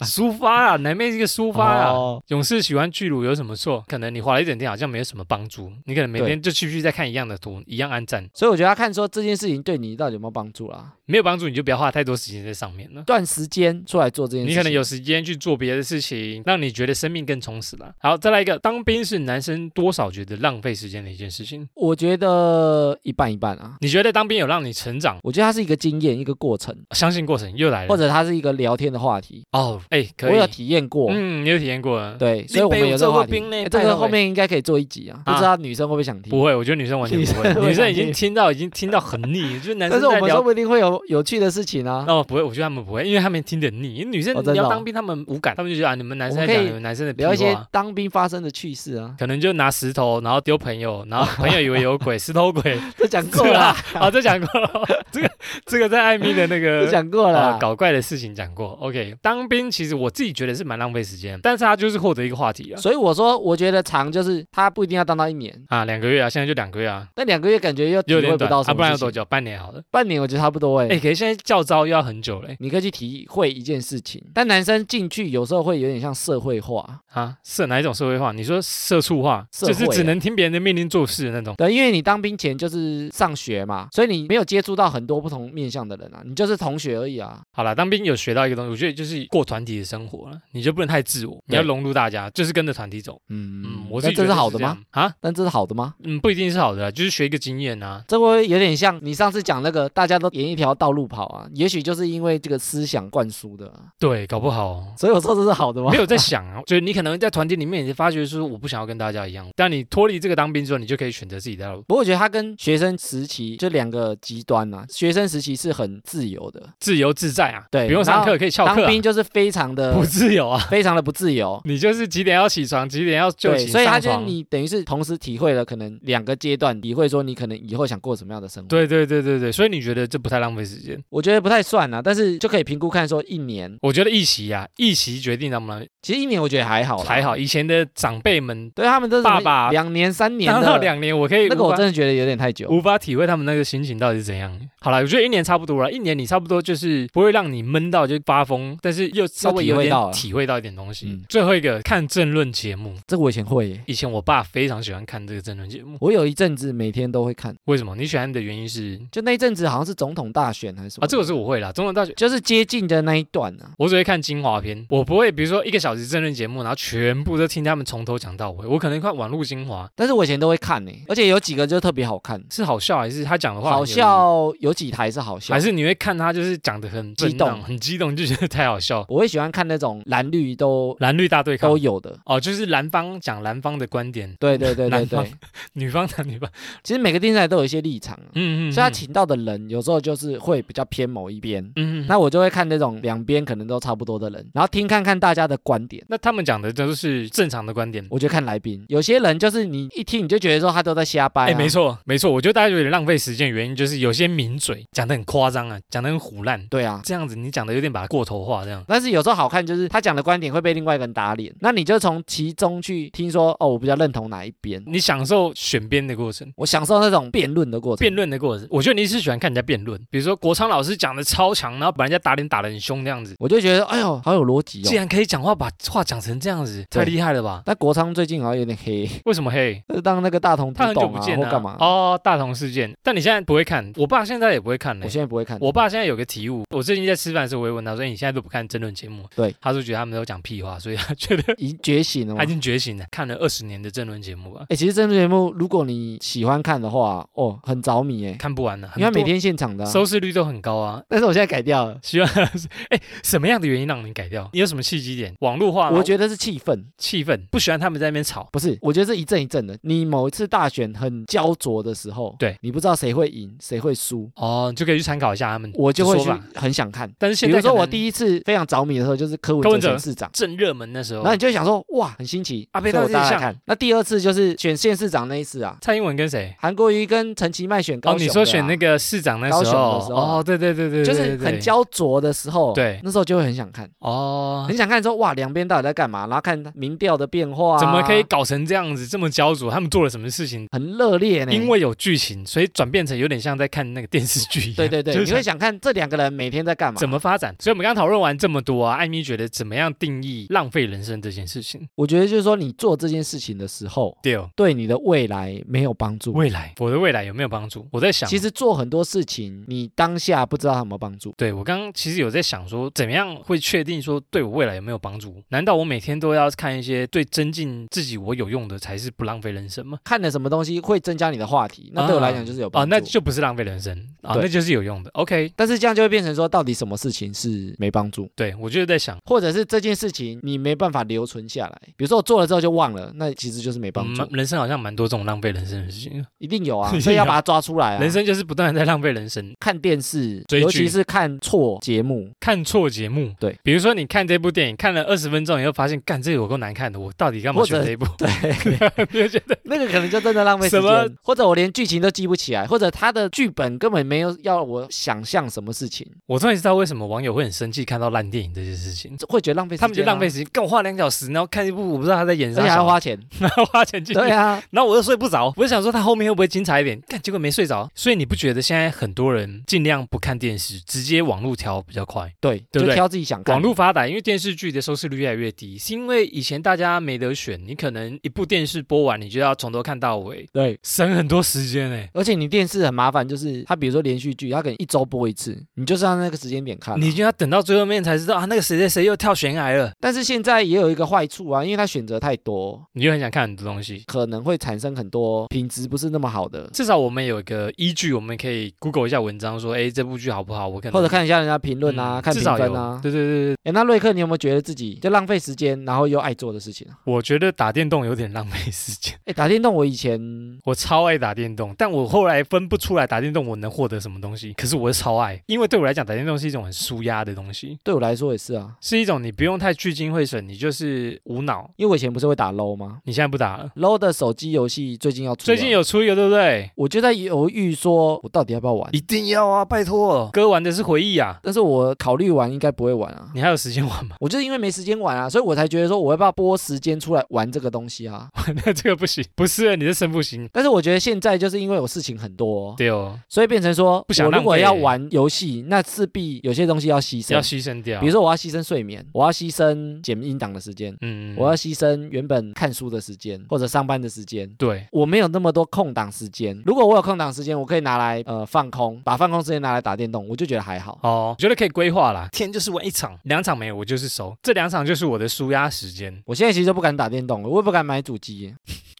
抒发啊，南面是一个抒发啊。
哦
勇士喜欢巨乳有什么错？可能你滑了一整天，好像没有什么帮助。你可能每
对
天就继续在看一样的图，一样按赞，
所以我觉得要看说这件事情对你到底有没有帮助啦。
没有帮助，你就不要花太多时间在上面了。
段时间出来做这件事
你
情，
可能有时间去做别的事情，让你觉得生命更充实了。好，再来一个，当兵是男生多少觉得浪费时间的一件事情。
我觉得一半一半啊。
你觉得当兵有让你成长？
我觉得它是一个经验，一个过程，
相信过程又来了，
或者它是一个聊天的话题。
哦，哎、
我
可以
有，体验过，
嗯，你有体验过了？，
对，所以我们
北有
有这
做
个
过
话题
兵呢
诶这
拜
个
托
后面应该可以做一集啊，不
啊
知道女生会不会想听。
不会，我觉得女生完全不
[laughs] 女生
会，
会
女生已
想
经
听
听到已经听到很腻，就是男生
但是我
在
们
聊
说不一定会有有趣的事情啊。
哦，不会，我觉得他们不会，因为他们听得腻。因为女生
哦真的
你要
哦
当兵，他们无感，他们就觉得啊，你们男生在
我
讲
们可以
你们男生的屁
聊一些
话。
当兵发生的趣事啊，
可能就拿石头，然后丢朋友，然后 [laughs] 朋友以为有鬼，石头
[laughs]
鬼，
这讲
这
过
个
了
啊
啊，，
好，这讲过了，这个这个在艾米的那
这
个
讲过
[laughs]
了
啊
啊。
搞怪的事情讲过。OK，当兵其实我自己觉得是蛮浪费时间，但是他就是获得一个话题啊
所以我说，我觉得长就是它不一定要当到一年，
啊，两个月啊，现在就两个月啊，
那两个月感觉又体
有
会
点
不
短
到什
啊，
么
不然要
事情
多久？半年好了。
半年我觉得差不多哎、
哎，可是现在教招又要很久嘞
你可以去体会一件事情，但男生进去有时候会有点像社会化，
啊，社哪一种社会化？你说社畜化，
社
就是
会
只
啊
能听别人的命令做事的那种。
对，因为你当兵前就是上学嘛，所以你没有接触到很多不同面向的人啊，你就是同学而已啊。
好啦，当兵有学到一个东西，我觉得就是过团体的生活了，你就不能太自我，你
对
要融入大家，就是跟着团体走。
嗯
嗯，，我
那
是
这是好的吗？？
啊，
但这是好的吗？
嗯，不一定是好的啊，就是学一个经验啊。
这会有点像你上次讲那个，大家都沿一条道路跑啊，也许就是因为这个思想灌输的啊、
对，搞不好哦
所以我说这是好的吗
没？有在想啊，就是你可能在团体里面，你发觉说我不想要跟大家一样，但你脱离这个当兵之后，你就可以选择自己的道路，
不过我觉得他跟学生时期就两个极端呐、啊，学生时期是很自由的，
自由自在啊，
对
不用上
然
课
后
可以翘
当
课啊、
兵就是非常的
[laughs] 不自由啊，
非常的不自由。
你就是几点要起床，几点要 [laughs] 就
对，
寝，
所以他
上
就是
床
你等于是同时体会了可能两个阶段，体会说你可能以后想过什么样的生活。
对对对对对，所以你觉得这不太浪费时间？
我觉得不太算啦、但是就可以评估看说一年，
我觉得一席啊，一席决定他们
其实一年我觉得还好啦，
还好。以前的长辈们
对他们都是
爸爸
两年三年
当
的
到两年，我可以
那个
无
我
法
真的觉得有点太久。
无法体会他们那个心情到底是怎样。好了，我觉得一年差不多了，一年你差不多就是不会让你闷到就发疯，但是又稍微有
体会到
点
了
体会到一点东西。
嗯
最后一个看政论节目，
这个我以前会耶，
以前我爸非常喜欢看这个政论节目，
我有一阵子每天都会看，
为什么？你喜欢的原因是
就那一阵子好像是总统大选还是什么
啊，这个是我会啦，中文大学。
就是接近的那一段啊。
我只会看精华篇，我不会，比如说一个小时政论节目，然后全部都听他们从头讲到尾。我可能看网络精华
但是我以前都会看呢、而且有几个就特别好看，
是好笑还是他讲的话很
好哦
有意义
笑有几台是好笑，
还是你会看他就是讲的很
激动
上很激动，就觉得太好笑。
我会喜欢看那种蓝绿都
蓝绿大对抗
都有的。
哦，就是蓝方讲蓝方的观点，
对对对对
男方
对，
女方讲女方，
其实每个电视台都有一些立场啊，
嗯嗯，
所以他
嗯
请到的人有时候就是会比较偏某一边。
嗯嗯，那
那我就会看那种两边可能都差不多的人，然后听看看大家的观点。
那他们讲的都是正常的观点。
我就看来宾，有些人就是你一听你就觉得说他都在瞎掰、啊，
哎、没，错，没错，我觉得大家有点浪费时间，原因就是有些名嘴讲的很夸张啊，讲的很胡烂，
对啊。
这样子你讲的有点把它过头化，这样。
但是有时候好看就是他讲的观点会被另外一个人打脸，那你就从其中去听说哦，我比较认同哪一边，
你享受选边的过程，
我享受那种辩论的过程。
辩论的过程，我觉得你是喜欢看人家辩论，比如说国昌老师讲的超强，然后把人家打脸打得很凶那样子，
我就觉得哎呦，好有逻辑
竟
哦。
然可以讲话把话讲成这样子，
对
太厉害了吧？
但国昌最近好像有点黑，
为什么嘿？
就是当那个大同
他
不
很久
懂
不
啊，
见
或
了、
干嘛？
哦，大同事件，但你现在不会看，我爸现在也不会看了、
我现在不会看。
我爸现在有个体悟，我最近在吃饭的时候，我也问他说：“哎，你现在都不看争论节目？”啊
对，
他说觉得他们都讲屁话，所以他觉得
已经觉醒了吗
他已？经觉醒了，看了二十年的争论节目吧，
哎、其实政治节目，如果你喜欢看的话，哦，很着迷哎，
看不完了，很
因为它每
多
天现场的啊、
收视率都很高啊。
但是我现在改掉了，
希望 [laughs] 哎，什么样的原因让你改掉？你有什么契机点？网络化吗？
我觉得是气氛，
气氛不喜欢他们在那边吵，
不是，我觉得是一阵一阵的。你某一次大选很焦灼的时候，
对
你不知道谁会赢，谁会输，
哦，你就可以去参考一下他们的说法。
我就会去很想看。
但是现
比
在
如说我
一
第一次非常着迷的时候，就是柯
柯
文
文
哲
哲
前市长。
正热门的时
然后
候
你，就会想说，哇，很新奇，
啊被
所以我
大家
大家
像
看。那第二次就是选县市长那一次啊，
蔡英文跟谁？
韩国瑜跟陈其迈选高
哦，
雄的啊、
你说选那个市长那
高
时
雄
候
的时，候啊
哦，对对对对，对
就是很，焦灼的时候，
对
那时候就会很想看，
哦
很，想看说哇，两边到底在干嘛，然后看民调的变化、啊，
怎么可以搞成这样子？这么焦灼，他们做了什么事情？
很热烈呢？
因为有剧情，所以转变成有点像在看那个电视剧一样。
对对对，
就是
你
想
会想看这两个人每天在干嘛？
怎么发展。所以我们刚刚讨论完这么多啊，艾米觉得怎么样定义浪费人生这件事情？
我觉得就是说，你做这件事情的时候，
对哦，
对你的未来没有帮助。
未来我的未来有没有帮助？我在想，
其实做很多事情，你当下不知道它有没有帮助。
对我刚刚其实有在想说，怎么样会确定说对我未来有没有帮助？难道我每天都要看一些对增进自己我有用的才是不浪费人生吗？
看了什么东西会增加你的话题，那对我来讲就是有帮
啊，
助。
那就不是浪费人生啊，
对
那就是有用的。OK，
但是这样就会变成说，到底什么事情是没帮助，
对我就是在想，
或者是这件事情你没办法留存下来。比如说我做了之后就忘了，那其实就是没帮助
嗯，人生好像蛮多这种浪费人生的事情，
一定有
[laughs] 一定
啊，
有
所以要把它抓出来啊。
人生就是不断的在浪费人生。
看电视，
追剧
尤其是看错
[laughs]
节目，
看错节目，
对，
比如说你看这部电影看了二十分钟以后，发现干这个有够难看的，我到底干嘛
或者
选这一部？
对，
你就觉得
那个可能就真的浪费时
什么
间，或者我连剧情都记不起来，或者他的剧本根本没有要我想象什么事情，
[laughs] 我终于知道为什么网友会很生气看到烂电影这件事情，
会觉得浪费时间、啊
他们就浪费，时啊间，跟我花两小时，然后看一部我不知道他在演
而
啥，
且还要花钱。
然后 [laughs] 花钱进去
对啊，
然后我又睡不着，我就想说他后面会不会精彩一点，但结果没睡着。所以你不觉得现在很多人尽量不看电视，直接网络调比较快？
对，
对不
就
对
挑自己想看。
网络发达，因为电视剧的收视率越来越低，是因为以前大家没得选，你可能一部电视播完，你就要从头看到尾，
对。
省很多时间哎、
而且你电视很麻烦，就是它比如说连续剧，它可能一周播一次，你就是要那个时间点看啊、
你就要等到最后面才知道啊，那个谁谁谁又跳悬崖了，
但是现在也有一个坏处啊，因为它选择太多，
你就很想看很多东西。
可能会产生很多品质不是那么好的，
至少我们有一个依据，我们可以 Google 一下文章说，哎，这部剧好不好？我可能
或者看一下人家评论啊，
嗯
看
至
评
少有
分啊。
对对对对，
哎，那瑞克，你有没有觉得自己就浪费时间，然后又爱做的事情啊？
我觉得打电动有点浪费时间。
哎，打电动我以前
我超爱打电动，但我后来分不出来打电动我能获得什么东西。可是我是超爱，因为对我来讲，打电动是一种很舒压的东西，
对我来说也是啊，
是一种你不用太聚精会神，你就是无脑。
因为我以前不是会打 LO 吗
你现在不打了，
？LO 的手机游戏最近要出了，啊
最近有出一个对不对？
我就在犹豫说，我到底要不要玩？
一定要啊，拜托！哥玩的是回忆啊，
但是我考虑完应该不会玩啊。
你还有时间玩吗？ [laughs]
我就是因为没时间玩啊，所以我才觉得说我要不要拨时间出来玩这个东西啊？ [laughs]
那这个不行，不是啊你是生不行。
但是我觉得现在就是因为我事情很多，
对哦，
所以变成说
不想
我
浪
如果
费欸
要玩游戏，那势必有些东西要牺
要
牲，
牺牲掉。
比如说我要牺牲睡眠，我要牺牲剪音档的时间，
嗯，嗯，
我要
要
牺牲原本看书的时间或者上班的时间。
对，
我没有那么多空档时间，如果我有空档时间，我可以拿来呃放空，把放空时间拿来打电动，我就觉得还好。
哦，我觉得可以规划啦。天就是玩一场，两场没有我就是熟，这两场就是我的舒压时间。
我现在其实就不敢打电动了，我也不敢买主机，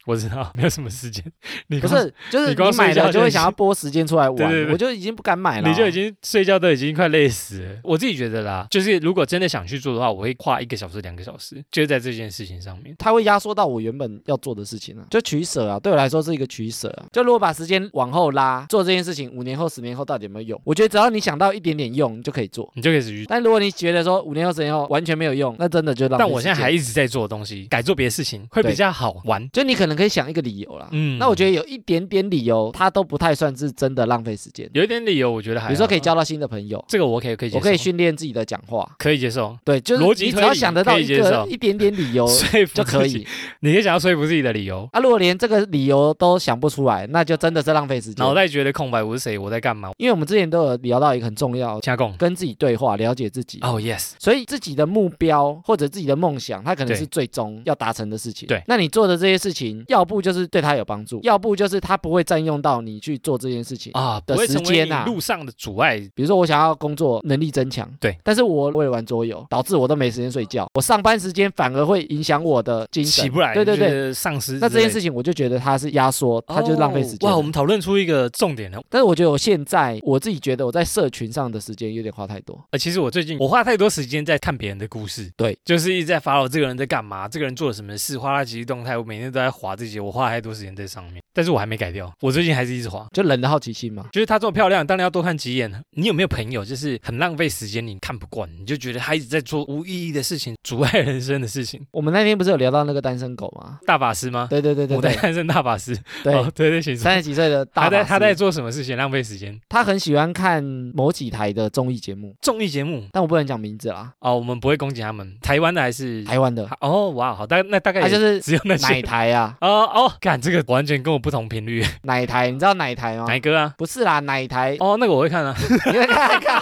我知道，没有什么时间。你
不
光，
是，就是
你光
你买
睡觉
了就
就
会
已
想要拨时间出来玩，
对对对
我就已经不敢买了啊、
你就已经睡觉都已经快累死了。我自己觉得啦，就是如果真的想去做的话，我会花一个小时、两个小时，就是在这件事情上面。
它会压缩到我原本要做的事情啊，就取舍啊，对我来说是一个取舍啊。就如果把时间往后拉，做这件事情五年后、十年后到底有没有用？我觉得只要你想到一点点用，你就可以做。
你就可以持续。
但如果你觉得说五年后、十年后完全没有用，那真的就浪费时间。
但我现在还一直在做的东西，改做别的事情会比
对
较好玩。
就你可能可以想一个理由啦。
嗯
那我觉得有一点点理由，它都不太算是真的浪费时间。
有一点理由，我觉得还
比如说可以
交
交到新的朋友，
这个我可以可以接
我
受，
可以训练自己的讲话。
可以接受，
对，就是
逻辑
你只
推
要
理
想得到
可以
一
接
个
受
一点点理由
说服
哦就可
自己
以。
你可以想要说服自己的理由，
啊，如果连这个理由都想不出来，那就真的是浪费时间
脑。袋觉得空白，我是谁，我在干嘛？
因为我们之前都有聊到一个很重要，
加工。
跟自己对话，了解自己。
哦、y e s
所以自己的目标或者自己的梦想，它可能
对
是最终要达成的事情。
对
那你做的这些事情，要不就是对他有帮助，要不就是他不会占用到你去做这件事情。
啊，不
的
会
时
成为
间
你
啊
路上的阻碍。
比如说，我想要工作能力增强，
对，
但是我为了玩桌游，导致我都没时间睡觉，我上班时间反而会影响我的精神，
起不来，
对对
就
对。
是丧失之类的。
那这件事情，我就觉得它是压缩，它就是浪费时间
哦
了。
哇，我们讨论出一个重点了。
但是我觉得我现在我自己觉得我在社群上的时间有点花太多，
呃，其实我最近我花太多时间在看别人的故事，
对，
就是一直在 follow 这个人在干嘛，这个人做了什么事，花他几实动态，我每天都在划这些，我花太多时间在上面，但是我还没改掉，我最近还是一直划。
就人的好奇心嘛。
就是她这么漂亮，当然要多看几眼。你有没有朋友，就是很浪费时间，你看不惯，你就觉得她一直在做无意义的事情，阻碍人生的事情。
我们那天不是有聊到那个单身狗吗？
大法师吗？
对对对对
我在
对
单身大法师，哦
对，
对对，请说。
三十几岁的大
他在
法
他在
师
做什么事情？浪费时间。
他很喜欢看某几台的综艺节目，
综艺节目
但我不能讲名字啦，
哦，我们不会攻击他们。台湾的还是
台湾的
哦，哇，好，大那大概
啊
也
就是
只有那
奶
些。
台啊，
哦哦，看这个完全跟我不同频率，
奶台，你知道奶台吗
哪？一个啊？
不是啦，奶台，
哦，那个我会看啊， [laughs]
你们看看，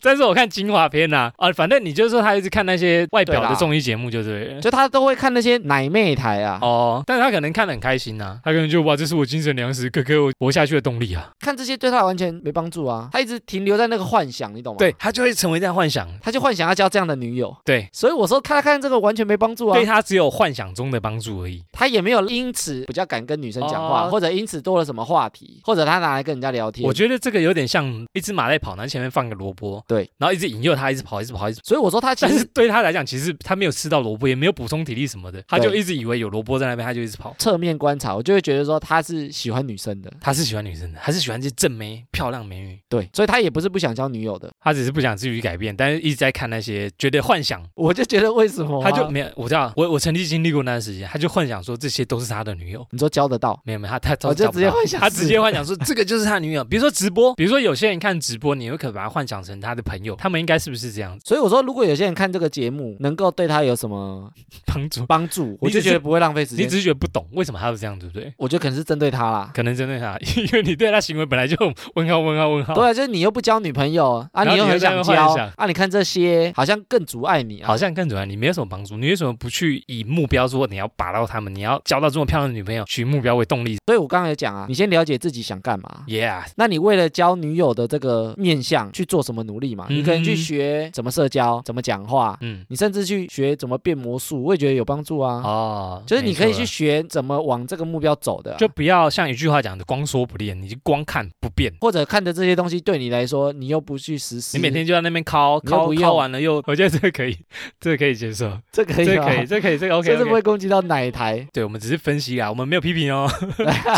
但是我看精华片呐、啊，反正你就说他一直看那些外表
对啦
的综艺节目就对了。
就他都会看那些奶妹台啊，
哦，但是他可能看得很开心呐、啊，他可能就哇，这是我精神粮食，哥哥我活下去的动力啊。
看这些对他完全没帮助啊，他一直停留在那个幻想，你懂吗？
对，他就会成为这样幻想，
他就幻想要交这样的女友，
对，
所以我说看看这个完全没帮助啊
对，他只有幻想中的帮助而已。
他也没有因此比较敢跟女生讲话，
哦
或者因此多了什么话题，或者他拿来跟人家聊天。
我觉得这个有点像一只马在跑，然后前面放个萝卜，
对，
然后一直引诱他，一直跑，一直跑，一直跑。
所以我说他其
但是
实
对他来讲，其实他没有吃到萝卜，也没有补充体力什么的，他就一直以为有萝卜在那边，他就一直跑。
侧面观察，我就会觉得说他是喜欢女生的，
他是喜欢女生的，他是喜欢这正妹、漂亮美女，
对，所以他也不是不想交女友的。
他只是不想自己改变，但是一直在看那些，觉得幻想，
我就觉得为什么啊、
他就没有。我知道，我我曾经经历过那段时间，他就幻想说这些都是他的女友。
你说交得到，
没有没有，他他
哦我就
找不
直接
到
幻想
他
是
直接幻想说这个就是他的女友。比如说直播，比如说有些人看直播，你有可能把他幻想成他的朋友，他们应该是不是这样子
所以我说如果有些人看这个节目能够对他有什么
帮助？
帮助，我
你只
就是觉得不会浪费时
你
间
只。是觉得不懂为什么他会这样，对不对？
我觉得可能是针对他啦。
可能针对他， [laughs] 因为你对他行为本来就问号问号问号，
对啊，就是你又不交女朋友啊，
哦然后
你又
你又
很
在那
想
边幻
交
想
啊，你看这些好像更阻碍你啊。
好像更主要，你没有什么帮助，你为什么不去以目标说你要把到他们，你要交到这么漂亮的女朋友，取目标为动力
所以我刚刚有讲啊，你先了解自己想干嘛，
？Yeah，
那你为了交女友的这个面相去做什么努力嘛？
嗯
你可能去学怎么社交，怎么讲话，
嗯，
你甚至去学怎么变魔术，我也觉得有帮助啊。
哦，
就是你可以
没错
去
了。
学怎么往这个目标走的啊、
就不要像一句话讲的，光说不练，你就光看不变。
或者看着这些东西对你来说，你又不去实施，
你每天就在那边敲
你又
敲
不用
敲完了又，我觉得这个可以，这个可以接受，
[laughs] 这可
这
以
个
吗？
可以，这个可以，这个 OK
啊 [laughs] 这是不
OK。
会攻击到哪一台？
对，我们只是分析啊，我们没有批
[laughs]
评哦。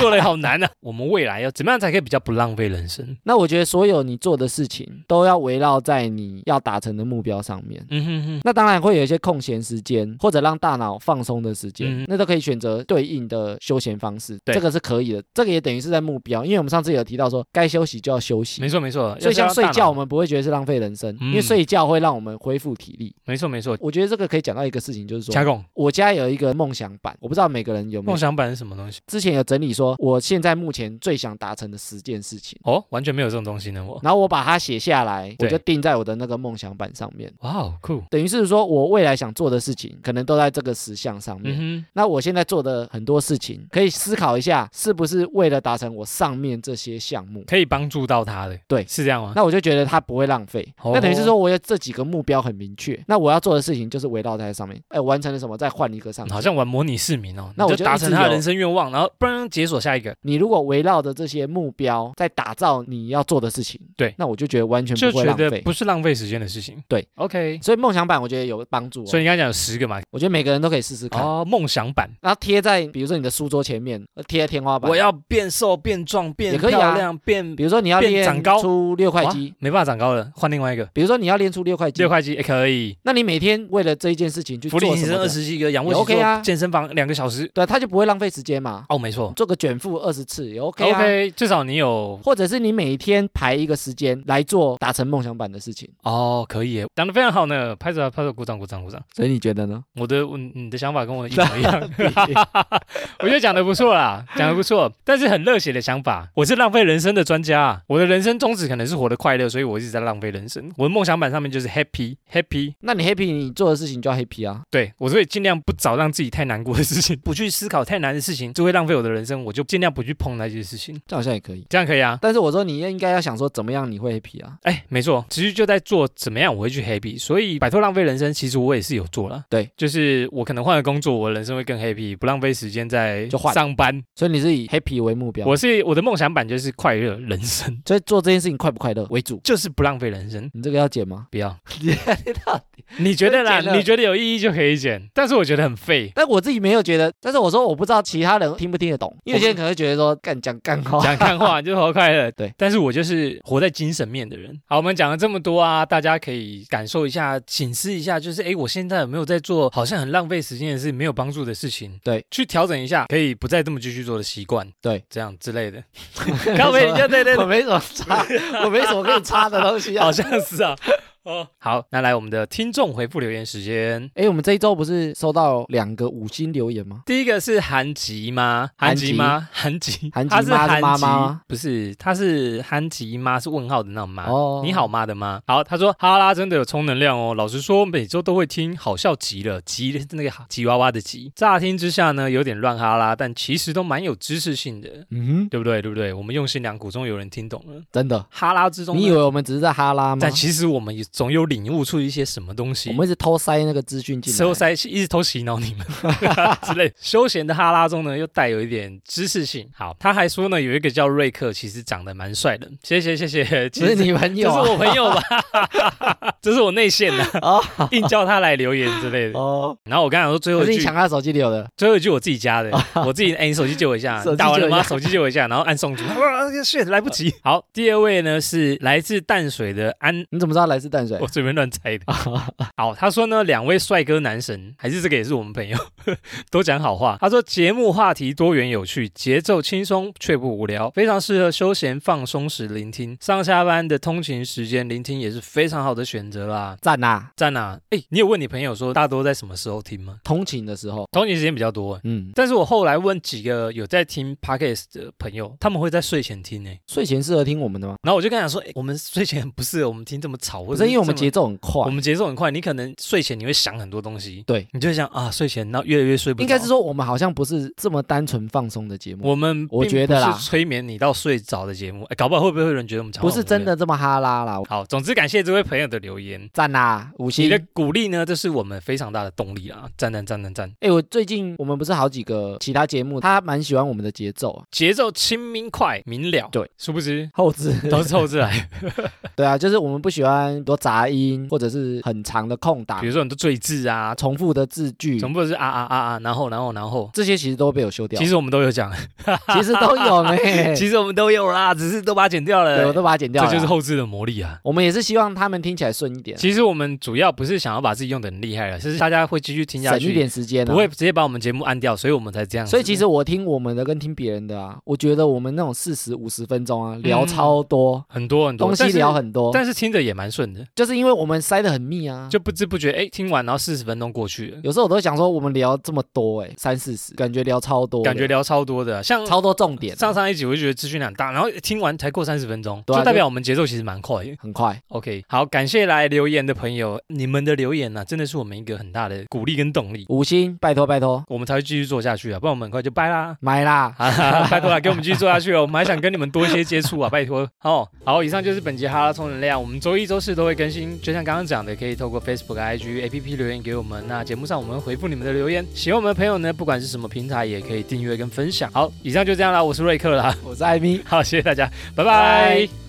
做人好难啊，我们未来要怎么样才可以比较不浪费人生？
那我觉得所有你做的事情都要围绕在你要达成的目标上面。
嗯哼哼，
那当然会有一些空闲时间，或者让大脑放松的时间，
嗯
那都可以选择对应的休闲方式，
对
这个是可以的。这个也等于是在目标，因为我们上次有提到说，该休息就要休
没
息。
错没错。
所
要
以像
是要
睡
大
觉，
脑
我们不会觉得是浪费人生，
嗯
因为睡觉会让我们恢复体力。
没错没错。
我觉得这个可以讲到一个事情，就是
加
说，
工
我家有一个梦想版，我不知道每个人有没
梦
有。
想版是什么东西？
之前有整理说，我现在目前最想达成的十件事情，
哦，完全没有这种东西呢，我。
然后我把它写下来，我
对
就定在我的那个梦想版上面。
哇哦，酷。
等于是说我未来想做的事情，可能都在这个十项上面。
嗯
那我现在做的很多事情，可以思考一下，是不是为了达成我上面这些项目
哼，？可以帮助到他的，
对
是这样吗？
那我就觉得它不会浪费。
哦
那等于是说，我有这几个目标很明确，那我要做的事情就是围绕在上面。哎，完成了什么，再换一个上去。
好像玩模拟市民哦，
那
你就
我就
达
一直
成他的
有
人生愿望，然后嘣解锁下一个，
你如果围绕着这些目标在打造你要做的事情，
对
那我就觉得完全
就
不会
觉
浪
得
费。
不是浪费时间的事情。
对
，OK，
所以梦想版我觉啊得有帮助、哦，
所以你刚才讲有十个嘛，
我觉得每个人都可以试试看，
哦，梦想版，
然后贴在比如说你的书桌前面，呃贴在天花板。
我，要变瘦、变壮、变
也可以啊
漂亮、变
比如说你要
变
练
长高
出六块
哇
肌，
没办法长高了，换另外一个
比如说你要练出六块肌
六，块肌也可以，
那你每天为了这一件事情去
俯
做
卧
什
撑
么
二
的？
十七个，仰卧
也
起
OK 啊
坐健身房两个小时，
对，啊他就不会浪费时间嘛。
哦，没错
做个卷腹二十次也 OK 啊。
，OK，至少你有
或者是你每天排一个时间来做达成梦想版的事情，
哦，可以耶，讲的非常好呢，拍手拍手，鼓掌鼓掌鼓掌。
所以你觉得呢？
我的我你的想法跟我一模一
[laughs]
样，我觉得讲的不错啦，讲的不错，但是很热血的想法。我是浪费人生的专家、啊，我的人生宗旨可能是活得快乐，所以我一直在浪费人生。我的梦想版上面就是 happy happy，
那你 happy，你做的事情就要 happy 啊。
对我所以尽量不找让自己太难过的事情，不去思考太难的事情，就会浪费我的人生，我就尽量不去碰那些事情，
这好像也可以。
这样可以啊。
但是我说你应该要想说怎么样你会 happy 啊？
哎，没错，其实就在做怎么样我会去 happy，所以摆脱浪费人生，其实我也是有做了。
对，
就是我可能换了工作，我的人生会更 happy，不浪费时间在
就换
上班。
所以你是以 happy 为目标，
我是我的梦想版就是快乐人生， [laughs]
所以做这件事情快不快乐为主。
就是不浪费人生。
你这个要剪吗？
不要，
[laughs] 你到底
你觉得啦？
真的。
你觉得有意义就可以剪，但是我觉得很废
但我自己没有觉得，但是我说我不知道其他人听不听得懂，因为有些人可能会觉得说干讲干话，
讲看话你就活快乐，
哦 [laughs] 对
但是我就是活在精神面的人。好，我们讲了这么多啊，大家可以感受一下，醒思一下，就是诶，我现在有没有在做好像很浪费时间的事、没有帮助的事情？
对，
去调整一下，可以不再这么继续做的习惯，
对，
这样之
[laughs]
类的。高伟，你就对对对
我，没什么差，我没什么可以差的东西啊 [laughs]
好。像是啊。哦，好，那来我们的听众回复留言时间。
哎，我们这一周不是收到两个五星留言吗？
第一个是韩吉妈，韩
韩
吉
吉
妈，韩吉，
韩吉
她是
妈是
韩
妈
吉
妈吗
不是，她是韩吉妈，是问号的那种妈。
哦
你好妈的妈，好，她说哈拉真的有充能量哦。老实说，每周都会听，好笑极了，极是那个吉娃娃的吉。乍听之下呢，有点乱哈拉，但其实都蛮有知识性的，
嗯哼，
对不对？对不对？我们用心良苦，终于有人听懂了。
真的。
哈拉之中呢，
你以为我们只是在哈拉吗
但？其实我们也总有领悟出一些什么东西。
我们一直偷塞那个资讯进来，
偷塞一直偷洗脑你们 [laughs] 之类。休闲的哈拉中呢，又带有一点知识性。好，他还说呢，有一个叫瑞克，其实长得蛮帅的。谢谢谢谢，其
只是
实
你朋
这
友
是
啊。
我朋友吧，
[laughs]
这是我内线的，硬叫他来留言之类的。
哦，
然后我刚才说最后
可是
一
你
句
抢，他手机里有的，
最后一句我自己加的，我自己哎，你手机借我一下，
手
你
机
打完了
借我
吗？
一下
手机借我一下，然后按
[laughs]
送出。哇，shit，来不及。好，第二位呢是来自淡水的安，
你怎么知道来自淡水
我？随便乱猜
[laughs]
的。好，他说呢，两位帅哥男神，还是这个也是我们朋友， [laughs] 都讲好话。他说节目话题多元有趣，节奏轻松却不无聊，非常适合休闲放松时聆听。上下班的通勤时间聆听也是非常好的选择啦。
赞呐！
赞啊！哎，你有问你朋友说大家都在什么时候听吗？
通勤的时候，
通勤时间比较多。
嗯，
但是我后来问几个有在听 podcast 的朋友，他们会在睡前听呢、欸
睡前适合听我们的吗？
然后我就跟他讲说，哎，我们睡前不适合我们听这么吵，
不
或者
是，因为我们
这么
节奏很快
我，们节奏很快，你可能睡前你会想很多东西，
对
你就会想啊，睡前然后越来越睡不着。
应该是说我们好像不是这么单纯放松的节目，
我们
我
并
觉
不
得啦
是催眠你到睡着的节目，哎，搞不好会不会有人觉得我们讲话
不是
很无
真
聊。
的这么哈拉啦。
好，总之感谢这位朋友的留言，
赞呐，五
你
星
的！鼓励呢，这是我们非常大的动力啦，赞赞赞赞赞！
哎，我最近我们不是好几个其他节目，他蛮喜欢我们的节奏啊，
节奏轻明快明了，
对，
殊不知
后置。
都是凑字来，
[laughs] 对啊，就是我们不喜欢多杂音或者是很长的空档
比、如说很多赘字啊，
重复的字句，
全部都是啊啊啊啊，然后然后然后，
这些其实都被我修掉
其。实我们都有讲，
其实都有呢，
[laughs] 其实我们都有啦，只是都把它剪掉
对，我
了，
都把它剪掉
这
了。
就是后置的魔力啊。
我们也是希望他们听起来顺一点，
其实我们主要不是想要把自己用的很厉害了，是大家会继续听下
省一
去，
点时间、啊，
不会。直接把我们节目按掉，所以我们才这样子。
所以其实我听我们的跟听别人的啊，我觉得我们那种四十五十分钟啊，聊
嗯
超多、
很多很多
东西
但是
聊很多，
但是听着也蛮顺的，
就是因为我们塞得很密啊。
就不知不觉哎，听完然后四十分钟过去了，
有时候我都想说，我们聊这么多、欸，哎，三四十，感觉聊超多的，
感觉聊超多的，啊像。
超多重点，啊
上上一集我就觉得资讯量很大，然后听完才过三十分钟，
对啊
就代表我们节奏其实蛮快的。
很快。
OK，好，感谢来留言的朋友，你们的留言呢、真的是我们一个很大的鼓励跟动力，
五星，拜托拜托，
我们才会继续做下去啊，不然我们很快就掰啦。
买啦，
啊，拜托了，给我们继续做下去哦，我们还想跟你们多一些接触啊，拜托。哦，好，以上就是本节哈拉充能量，我们周一、周四都会会更新，就像刚刚讲的，可以透过 Facebook、IG、APP 留言给我们。那节目上我们会回复你们的留言。喜欢我们的朋友呢，不管是什么平台，也可以订阅跟分享。好，以上就这样啦，我是瑞克啦。
我是艾米。
好，谢谢大家，拜
拜
拜。
拜